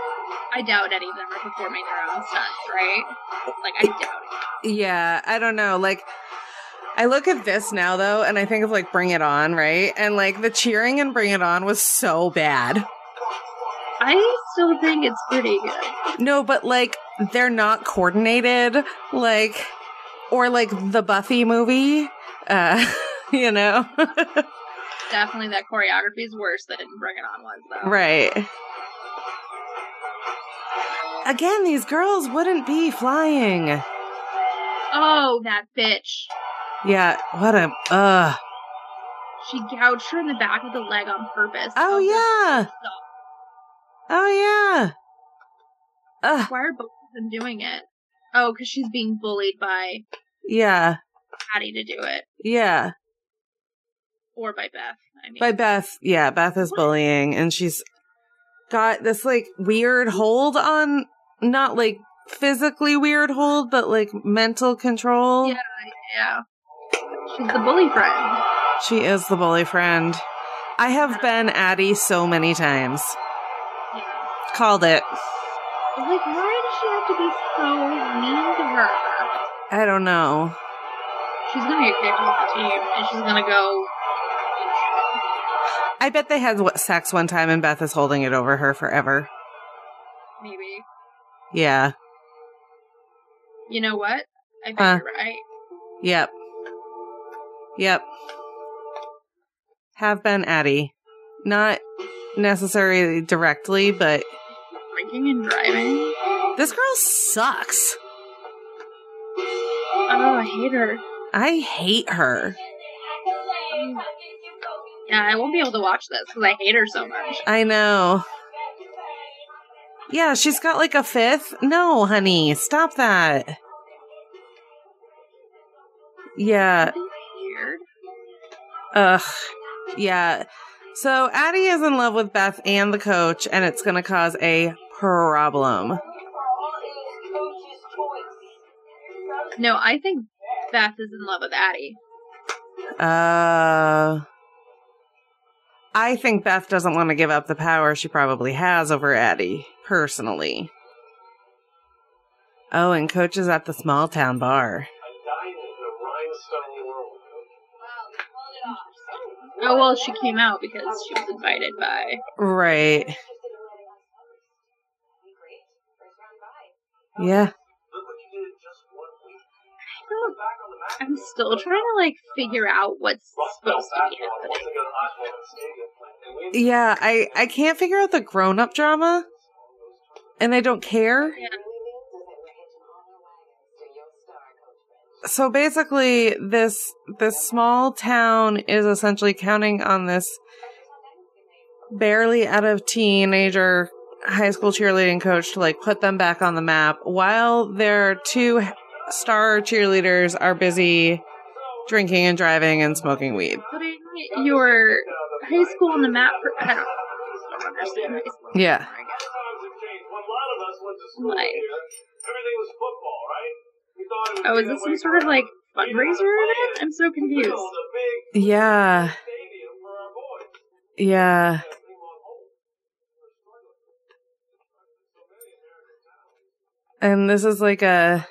S6: I doubt any of them are performing their own stunts, right? Like I doubt it.
S5: Yeah, I don't know. Like, I look at this now though, and I think of like Bring It On, right? And like the cheering and Bring It On was so bad.
S6: I still think it's pretty good.
S5: No, but like they're not coordinated, like, or like the Buffy movie, uh, <laughs> you know?
S6: Definitely, that choreography is worse than Bring It On was though.
S5: right. Again, these girls wouldn't be flying.
S6: Oh, that bitch.
S5: Yeah, what a, uh,
S6: She gouged her in the back of the leg on purpose.
S5: Oh, yeah.
S6: good. So,
S5: oh Uh, yeah. Ugh,
S6: Why are both of them doing it? Oh, because she's being bullied by
S5: yeah,
S6: Patty to do it,
S5: yeah.
S6: or by Beth. I mean,
S5: by Beth. Yeah, Beth is bullying, and she's got this like weird hold on, not like physically weird hold, but like mental control.
S6: Yeah. yeah, she's the bully friend.
S5: She is the bully friend. I have been Addie so many times.
S6: Yeah.
S5: Called it.
S6: But, Like, why does she have to be so mean to her?
S5: I don't know.
S6: She's gonna get kicked off the team, and she's gonna go.
S5: I bet they had what, sex one time, and Beth is holding it over her forever.
S6: Maybe
S5: Yeah.
S6: you know what? I think
S5: Huh.
S6: you're right.
S5: Yep. Yep. Have been Addie. Not necessarily directly, but
S6: Drinking and driving.
S5: This girl sucks.
S6: Oh, I hate her.
S5: I hate her.
S6: Yeah, I won't be able to watch this because I hate her so much.
S5: I know. Yeah, she's got like a fifth. No, honey, stop that. Yeah,
S6: Isn't it Weird.
S5: ugh. Yeah. So Addie is in love with Beth and the coach, and it's going to cause a problem.
S6: No, I think Beth is in love with Addie.
S5: Uh. I think Beth doesn't want to give up the power she probably has over Addie, personally. Oh, and Coach is at the small town bar.
S6: Oh well, she came out because she was invited by.
S5: Right. Yeah.
S6: I don't. I'm still trying to like figure out what's supposed to be happening.
S5: Yeah, I, I can't figure out the grown up drama. And I don't care. so basically this this small town is essentially counting on this barely out of teenager high school cheerleading coach to like put them back on the map while their two star cheerleaders are busy drinking and driving and smoking weed.
S6: Putting your high school on the map for. I don't, I don't understand high school.
S5: Yeah.
S6: Like, oh, is this some sort of like fundraiser event? I'm so confused.
S5: Uh. Yeah. Yeah. And this is like a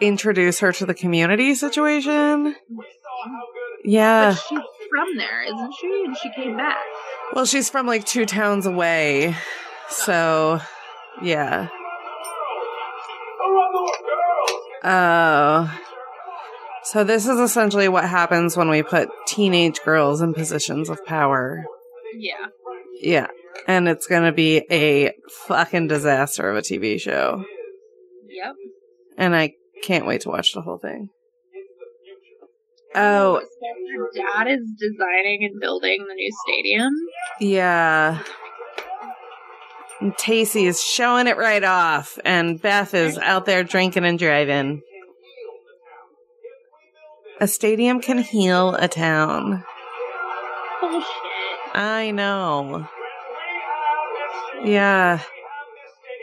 S5: introduce her to the community situation.
S6: But
S5: Yeah.
S6: she's from there, isn't she? And she came back.
S5: Well, she's from like two towns away. So, yeah. Oh. so this is essentially what happens when we put teenage girls in positions of power.
S6: Yeah.
S5: Yeah. And it's going to be a fucking disaster of a TV show.
S6: Yep.
S5: And I can't wait to watch the whole thing. Oh,
S6: Her dad is designing and building the new stadium.
S5: Yeah. And Tacey is showing it right off, and Beth is out there drinking and driving. A stadium can heal a town.
S6: Bullshit.
S5: I know. Yeah.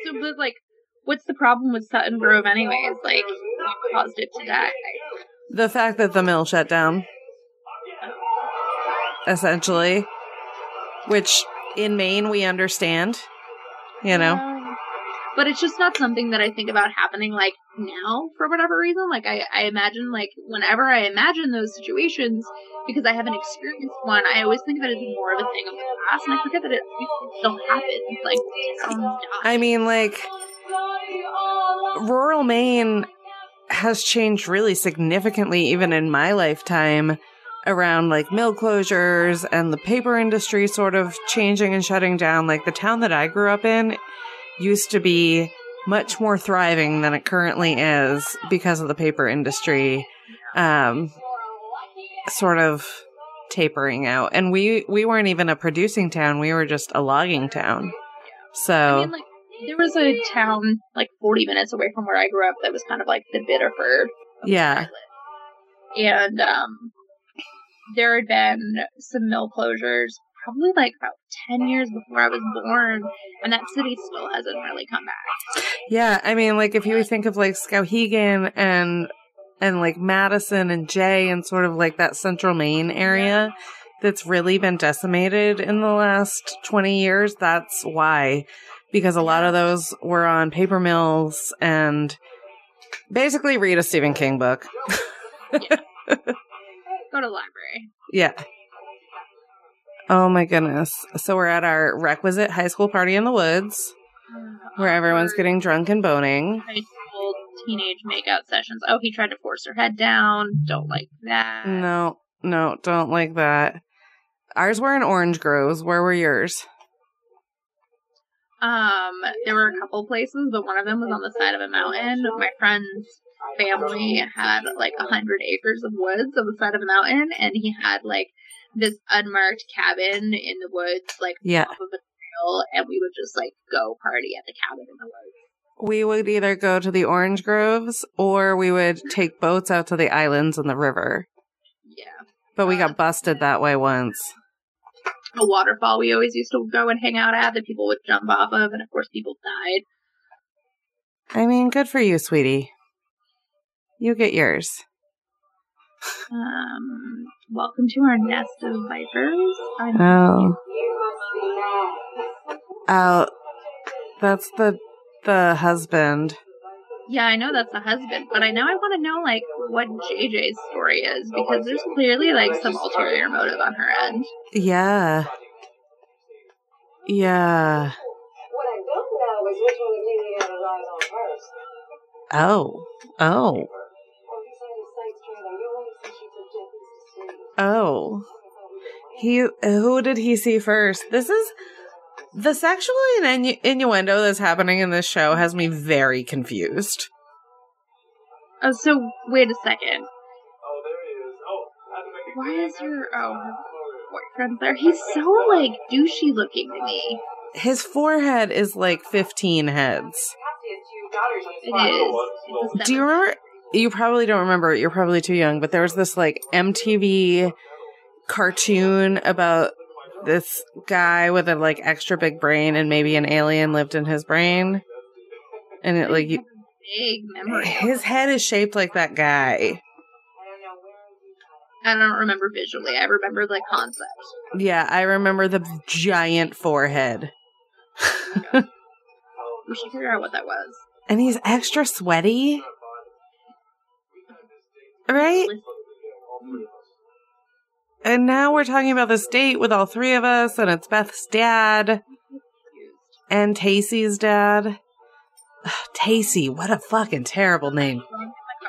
S6: So, but like, what's the problem with Sutton Grove, anyways? Like, what caused it to die?
S5: The fact that the mill shut down, essentially, which in Maine we understand, you know?
S6: Um, But it's just not something that I think about happening like now for whatever reason. Like I, I imagine like whenever I imagine those situations, because I haven't experienced one, I always think of it as more of a thing of the past, and I forget that it, it still happens. Like towns die.
S5: I mean, like, rural Maine has changed really significantly, even in my lifetime, around like mill closures and the paper industry sort of changing and shutting down. Like the town that I grew up in used to be much more thriving than it currently is because of the paper industry um, sort of tapering out. And we, we weren't even a producing town, we were just a logging town. So.
S6: I mean, like there was a town like 40 minutes away from where I grew up that was kind of like the Bitterford. of
S5: Yeah.
S6: Charlotte. And um, there had been some mill closures probably like about 10 years before I was born, and that city still hasn't really come back.
S5: Yeah, I mean, like if you think of like Skowhegan and and like Madison and Jay and sort of like that central Maine area that's really been decimated in the last twenty years. That's why, because a lot of those were on paper mills and basically read a Stephen King book.
S6: Go to the library.
S5: Yeah. Oh my goodness. So we're at our requisite high school party in the woods where everyone's getting drunk and boning.
S6: Uh, High school teenage makeout sessions. Oh, he tried to force her head down. Don't like that.
S5: No, no, don't like that. Ours were in orange groves. Where were yours?
S6: Um, there were a couple places, but one of them was on the side of a mountain. My friend's family had like a hundred acres of woods on the side of a mountain, and he had like this unmarked cabin in the woods, like
S5: Yeah.
S6: off of a trail, and we would just like go party at the cabin in the woods.
S5: We would either go to the orange groves or we would take boats out to the islands and the river.
S6: Yeah,
S5: But we got busted that way once.
S6: a waterfall we always used to go and hang out at that people would jump off of, and of course people died.
S5: I mean, good for you, sweetie. You get yours.
S6: Um, welcome to our nest of vipers. I'm
S5: Oh. Oh, that's the the husband.
S6: Yeah, I know that's the husband, but I now I want to know like what JJ's story is because there's clearly like some ulterior motive on her end.
S5: Yeah. Yeah.
S7: What I don't know is which one of you he had his eyes on first.
S5: Oh. Oh.
S7: Or he's on the side train. Are you awake since she took Jeffy's to sleep?
S5: Oh. He who did he see first? This is the sexual innu- innuendo that's happening in this show has me very confused.
S6: Oh, so wait a second.
S8: Oh, there he is. Oh, that's like a
S6: Why
S8: grand
S6: is your
S8: entrance.
S6: oh her boyfriend's there? He's so like douchey looking to me.
S5: His forehead is like 15 heads.
S7: Cassie has two daughters on his
S6: It
S7: farm.
S6: is. It's a
S5: Do you
S6: seven.
S5: remember? You probably don't remember. You're probably too young, but there was this like MTV cartoon about this guy with a like extra big brain and maybe an alien lived in his brain. And it like you,
S6: big memory?
S5: his head is shaped like that guy.
S7: I don't know where he got it.
S6: I don't remember visually. I remember the concept.
S5: Yeah, I remember the giant forehead. <laughs>
S6: We should figure out what that was.
S5: And he's extra sweaty. Right? And now we're talking about this date with all three of us, and it's Beth's dad and Tacey's dad. Ugh, Tacey, what a fucking terrible name.
S6: The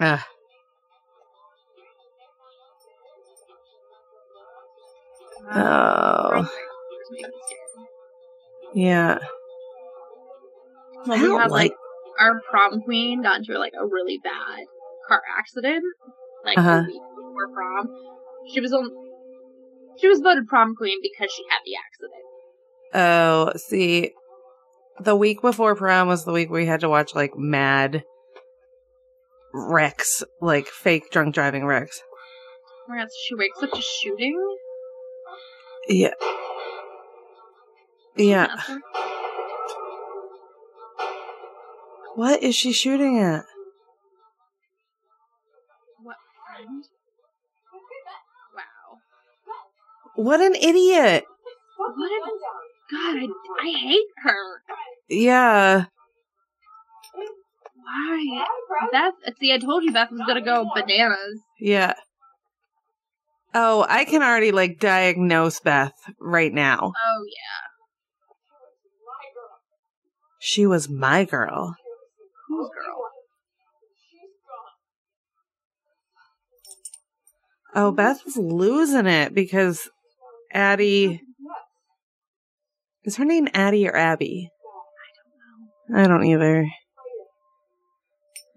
S6: car.
S5: Ugh. Oh, yeah.
S6: Well,
S5: I
S6: we
S5: don't
S6: had like
S5: like.
S6: our prom queen got into like a really bad car accident, like
S5: Uh-huh.
S6: a week before prom. She was on. She was voted prom queen because she had the accident.
S5: Oh, see, the week before prom was the week we had to watch like mad wrecks, like fake drunk driving wrecks.
S6: Oh my God, so she wakes up to shooting.
S5: Yeah. Yeah. What is she shooting at?
S6: What friend? Wow.
S5: What an idiot.
S6: What a God! I, I hate her.
S5: Yeah.
S6: Why? Beth. See, I told you Beth was gonna go bananas.
S5: Yeah. Oh, I can already like diagnose Beth right now.
S6: Oh yeah.
S5: She was my girl.
S6: Who's girl?
S5: Oh, Beth's losing it because Addie. Is her name Addie or Abby? I don't either.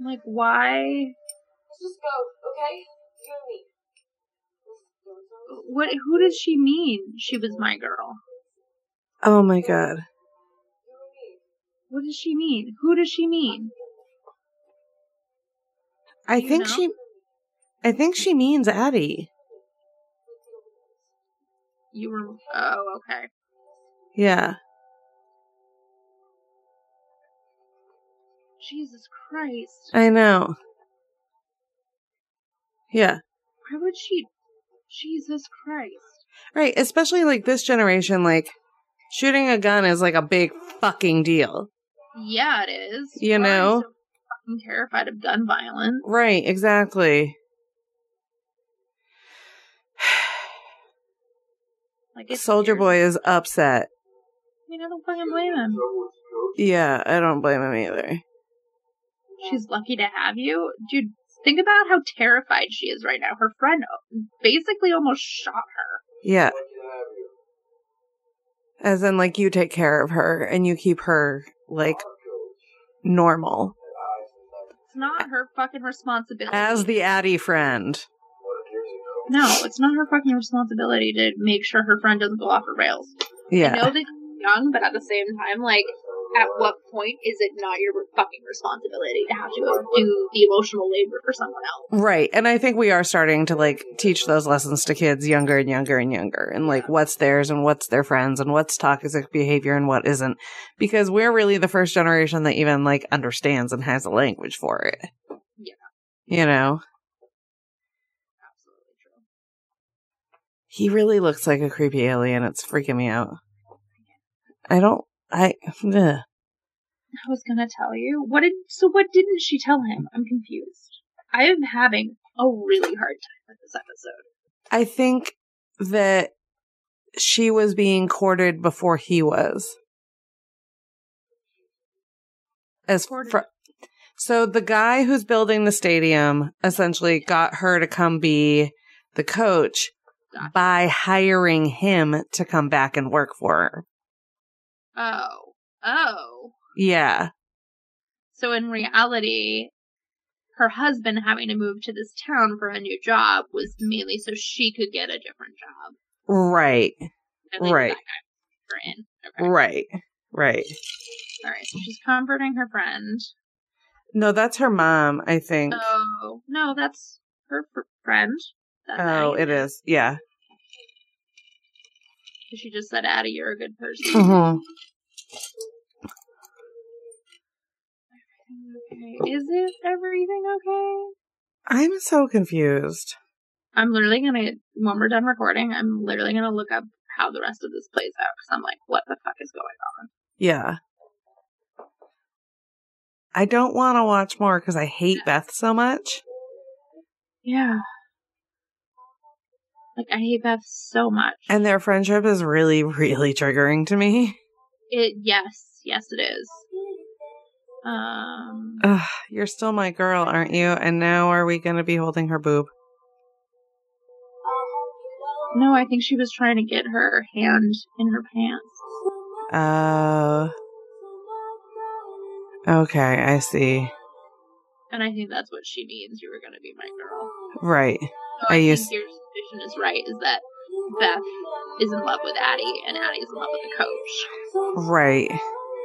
S6: Like why?
S7: Let's just go, okay? You and me. Let's go.
S6: What? Who did she mean? She was my girl.
S5: Oh my god.
S6: What does she mean? Who does she mean?
S5: I
S6: Do you
S5: think
S6: know?
S5: she I think she means Addie.
S6: You were. Oh, okay.
S5: Yeah.
S6: Jesus Christ.
S5: I know. Yeah.
S6: Why would she? Jesus Christ.
S5: Right, especially like this generation like shooting a gun is like a big fucking deal.
S6: Yeah, it is.
S5: You
S6: Why are
S5: know?
S6: so fucking terrified of gun violence.
S5: Right, exactly.
S6: Like it's
S5: Soldier
S6: weird.
S5: Boy is upset.
S6: I mean, I don't fucking blame him.
S5: Yeah, I don't blame him either.
S6: She's lucky to have you, dude. Think about how terrified she is right now. Her friend basically almost shot her.
S5: Yeah. As in like you take care of her and you keep her like normal
S6: It's not her fucking responsibility.
S5: as the Addie friend.
S6: no, it's not her fucking responsibility to make sure her friend doesn't go off the rails. I
S5: Yeah.
S6: know that you're young, but at the same time, like, at what point is it not your fucking responsibility to have to do the emotional labor for someone else?
S5: Right. And I think we are starting to like teach those lessons to kids younger and younger and younger and like what's theirs and what's their friends and what's toxic behavior and what isn't because we're really the first generation that even like understands and has a language for it.
S6: Yeah.
S5: You know,
S6: Absolutely true.
S5: he really looks like a creepy alien. It's freaking me out. I don't, I, ugh.
S6: I was gonna tell you what did so what didn't she tell him? I'm confused. I am having a really hard time with this episode.
S5: I think that she was being courted before he was. As
S6: Courted?
S5: fr- so, the guy who's building the stadium essentially got her to come be the coach
S6: Gotcha.
S5: by hiring him to come back and work for her.
S6: Oh, oh.
S5: Yeah,
S6: So in reality, her husband having to move to this town for a new job was mainly so she could get a different job.
S5: Right.
S6: And leave
S5: Right.
S6: that guy with her in. Okay.
S5: Right. Right.
S6: All right. So she's comforting her friend.
S5: No, that's her mom, I think.
S6: Oh no, that's her fr- friend. That
S5: Oh,
S6: night.
S5: it is.
S6: <clears throat>
S5: Yeah.
S6: She just said, "Addie, you're a good
S5: <laughs>
S6: person."
S5: Mhm.
S6: Okay. Is it everything okay?
S5: I'm so confused.
S6: I'm literally gonna when we're done recording, I'm literally gonna look up how the rest of this plays out because I'm like, what the fuck is going on?
S5: Yeah. I don't want to watch more because I hate Beth so much.
S6: Yeah. Like I hate Beth so much.
S5: And their friendship is really, <laughs> really triggering to me.
S6: it yes, yes it is. Um
S5: Ugh, you're still my girl, aren't you? And now are we going to be holding her boob?
S6: no, I think she was trying to get her hand in her pants.
S5: Uh. Okay, I see.
S6: And I think that's what she means. You were gonna be my girl.
S5: Right.
S6: So
S5: I
S6: I, think
S5: used-
S6: your suspicion is right, is that Beth is in love with Addie and Addie's in love with the coach.
S5: Right.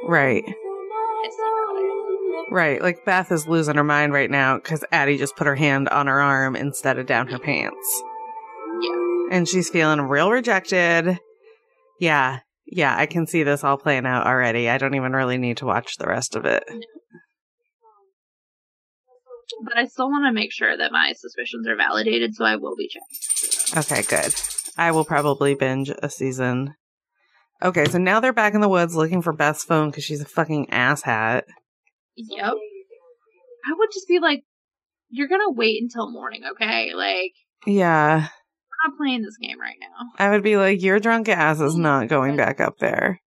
S5: Right.
S6: I see about it.
S5: Right. Like Beth is losing her mind right now because Addie just put her hand on her arm instead of down her pants.
S6: Yeah.
S5: And she's feeling real rejected. Yeah. Yeah. I can see this all playing out already. I don't even really need to watch the rest of it.
S6: But I still want to make sure that my suspicions are validated, so I will be checking.
S5: Okay, good. I will probably binge a season. Okay, so now they're back in the woods looking for Beth's phone because she's a fucking asshat.
S6: Yep. I would just be like, you're going to wait until morning, okay? Like,
S5: Yeah.
S6: we're not playing this game right now.
S5: I would be like, your drunk ass is not going back up there.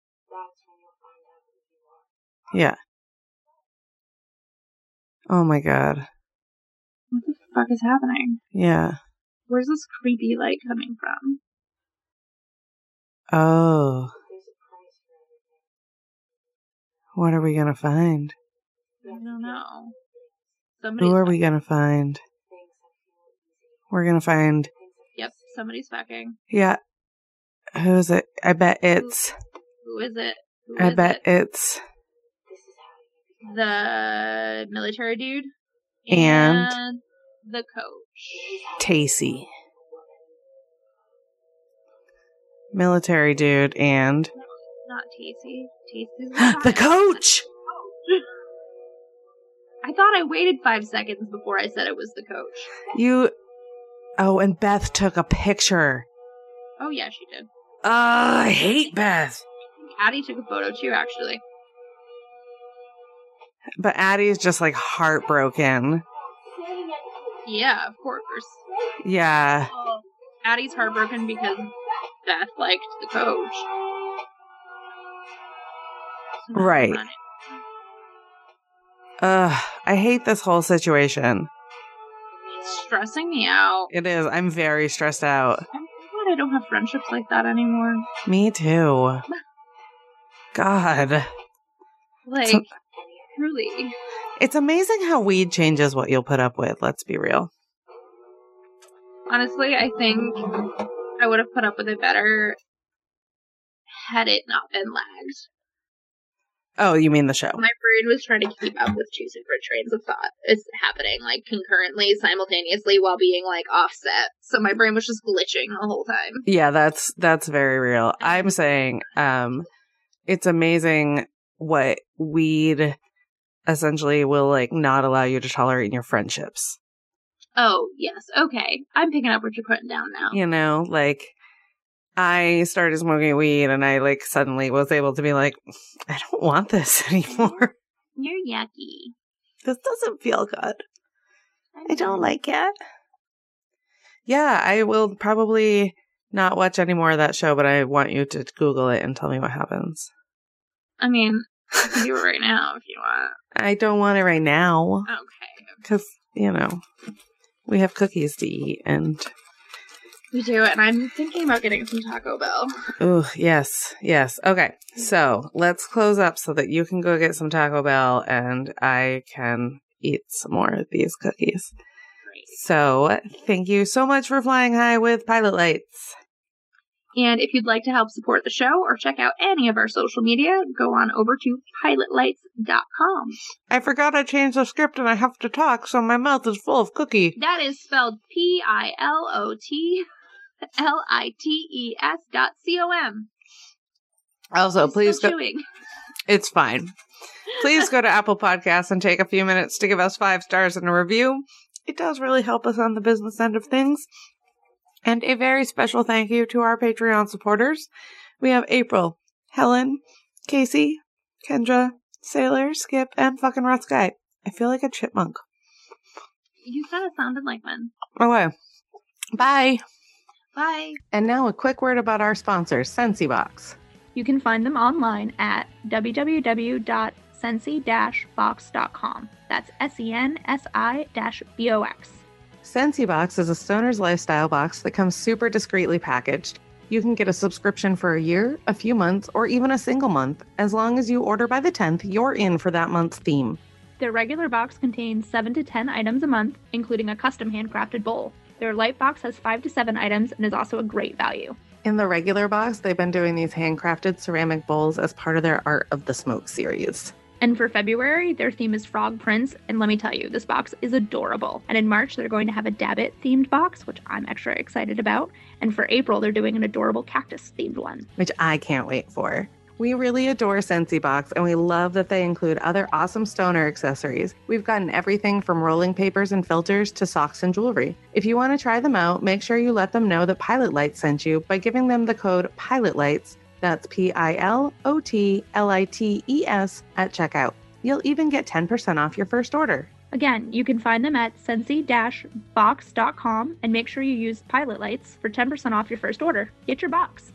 S5: Yeah. Oh my god.
S6: What the fuck is happening?
S5: Yeah.
S6: Where's this creepy light coming from?
S5: Oh. What are we gonna find?
S6: I don't know. Somebody's
S5: Who are we gonna find? We're gonna find.
S6: Yep, somebody's fucking.
S5: Yeah. Who is it? I bet it's.
S6: Who is it? Who
S5: I
S6: is
S5: bet
S6: it?
S5: it's.
S6: The military dude
S5: And?
S6: the coach.
S5: Tacy. Military dude and
S6: Not Tacy.
S5: <gasps>
S6: Tacy's
S5: the coach.
S6: <laughs> I thought I waited five seconds before I said it was the coach.
S5: You. Oh, and Beth took a picture.
S6: Oh yeah, she did.
S5: Oh, I hate Beth.
S6: Addie took a photo too, actually.
S5: But Addie's just like heartbroken.
S6: Yeah, of course.
S5: Yeah.
S6: Addie's heartbroken because Beth liked the coach.
S5: Right. Ugh. I hate this whole situation.
S6: It's stressing me out.
S5: It is. I'm very stressed out.
S6: I'm glad I don't have friendships like that anymore.
S5: Me too. God.
S6: Like, truly.
S5: It's amazing how weed changes what you'll put up with. Let's be real.
S6: Honestly, I think I would have put up with it better had it not been lagged.
S5: Oh, you mean the show?
S6: My brain was trying to keep up with two separate trains of thought. It's happening like concurrently, simultaneously, while being like offset. So my brain was just glitching the whole time.
S5: Yeah, that's that's very real. I'm saying um it's amazing what weed essentially will like not allow you to tolerate in your friendships.
S6: Oh yes, okay. I'm picking up what you're putting down now.
S5: You know, like I started smoking weed and I like suddenly was able to be like I don't want this <laughs> anymore.
S6: You're yucky.
S5: this doesn't feel good. I don't like it. Yeah, I will probably not watch any more of that show, but I want you to Google it and tell me what happens.
S6: I mean, I can do it right now if you want.
S5: I don't want it right now
S6: Okay.
S5: because you know we have cookies to eat and
S6: We do, and I'm thinking about getting some Taco Bell.
S5: Ooh, yes, yes. Okay, so let's close up so that you can go get some Taco Bell and I can eat some more of these cookies. So, thank you so much for flying high with Pilot Lights.
S6: And if you'd like to help support the show or check out any of our social media, go on over to pilotlights.com.
S5: I forgot I changed the script and I have to talk, so my mouth is full of cookie.
S6: That is spelled P I L O T L I T E S dot C O M.
S5: Also,
S6: She's
S5: please
S6: still
S5: go.
S6: chewing. <laughs>
S5: It's fine. Please go to Apple Podcasts and take a few minutes to give us five stars and a review. It does really help us on the business end of things. And a very special thank you to our Patreon supporters. We have April, Helen, Casey, Kendra, Sailor, Skip, and fucking Rough Guy. I feel like a chipmunk.
S6: You kind of sounded like one.
S5: Okay. Bye.
S6: Bye.
S5: And now a quick word about our sponsor, SensiBox.
S6: You can find them online at www.sensi-box.com. That's E S-E-N-S-I dash B-O-X.
S5: Sensi Box is a stoner's lifestyle box that comes super discreetly packaged. You can get a subscription for a year, a few months, or even a single month. As long as you order by the 10th, you're in for that month's theme.
S6: Their regular box contains 7 to 10 items a month, including a custom handcrafted bowl. Their light box has 5 to 7 items and is also a great value.
S5: In the regular box, they've been doing these handcrafted ceramic bowls as part of their Art of the Smoke series.
S6: And for February, their theme is frog prints, and let me tell you, this box is adorable. And in March, they're going to have a Dabbit themed box, which I'm extra excited about. And for April, they're doing an adorable cactus themed one.
S5: which I can't wait for. We really adore Sensi Box and we love that they include other awesome stoner accessories. We've gotten everything from rolling papers and filters to socks and jewelry. If you want to try them out, make sure you let them know that Pilot Lights sent you by giving them the code PILOTLIGHTS, that's P I L O T L I T E S, at checkout. You'll even get 10% off your first order.
S6: Again, you can find them at sensi-box.com and make sure you use pilot lights for 10% off your first order. Get your box.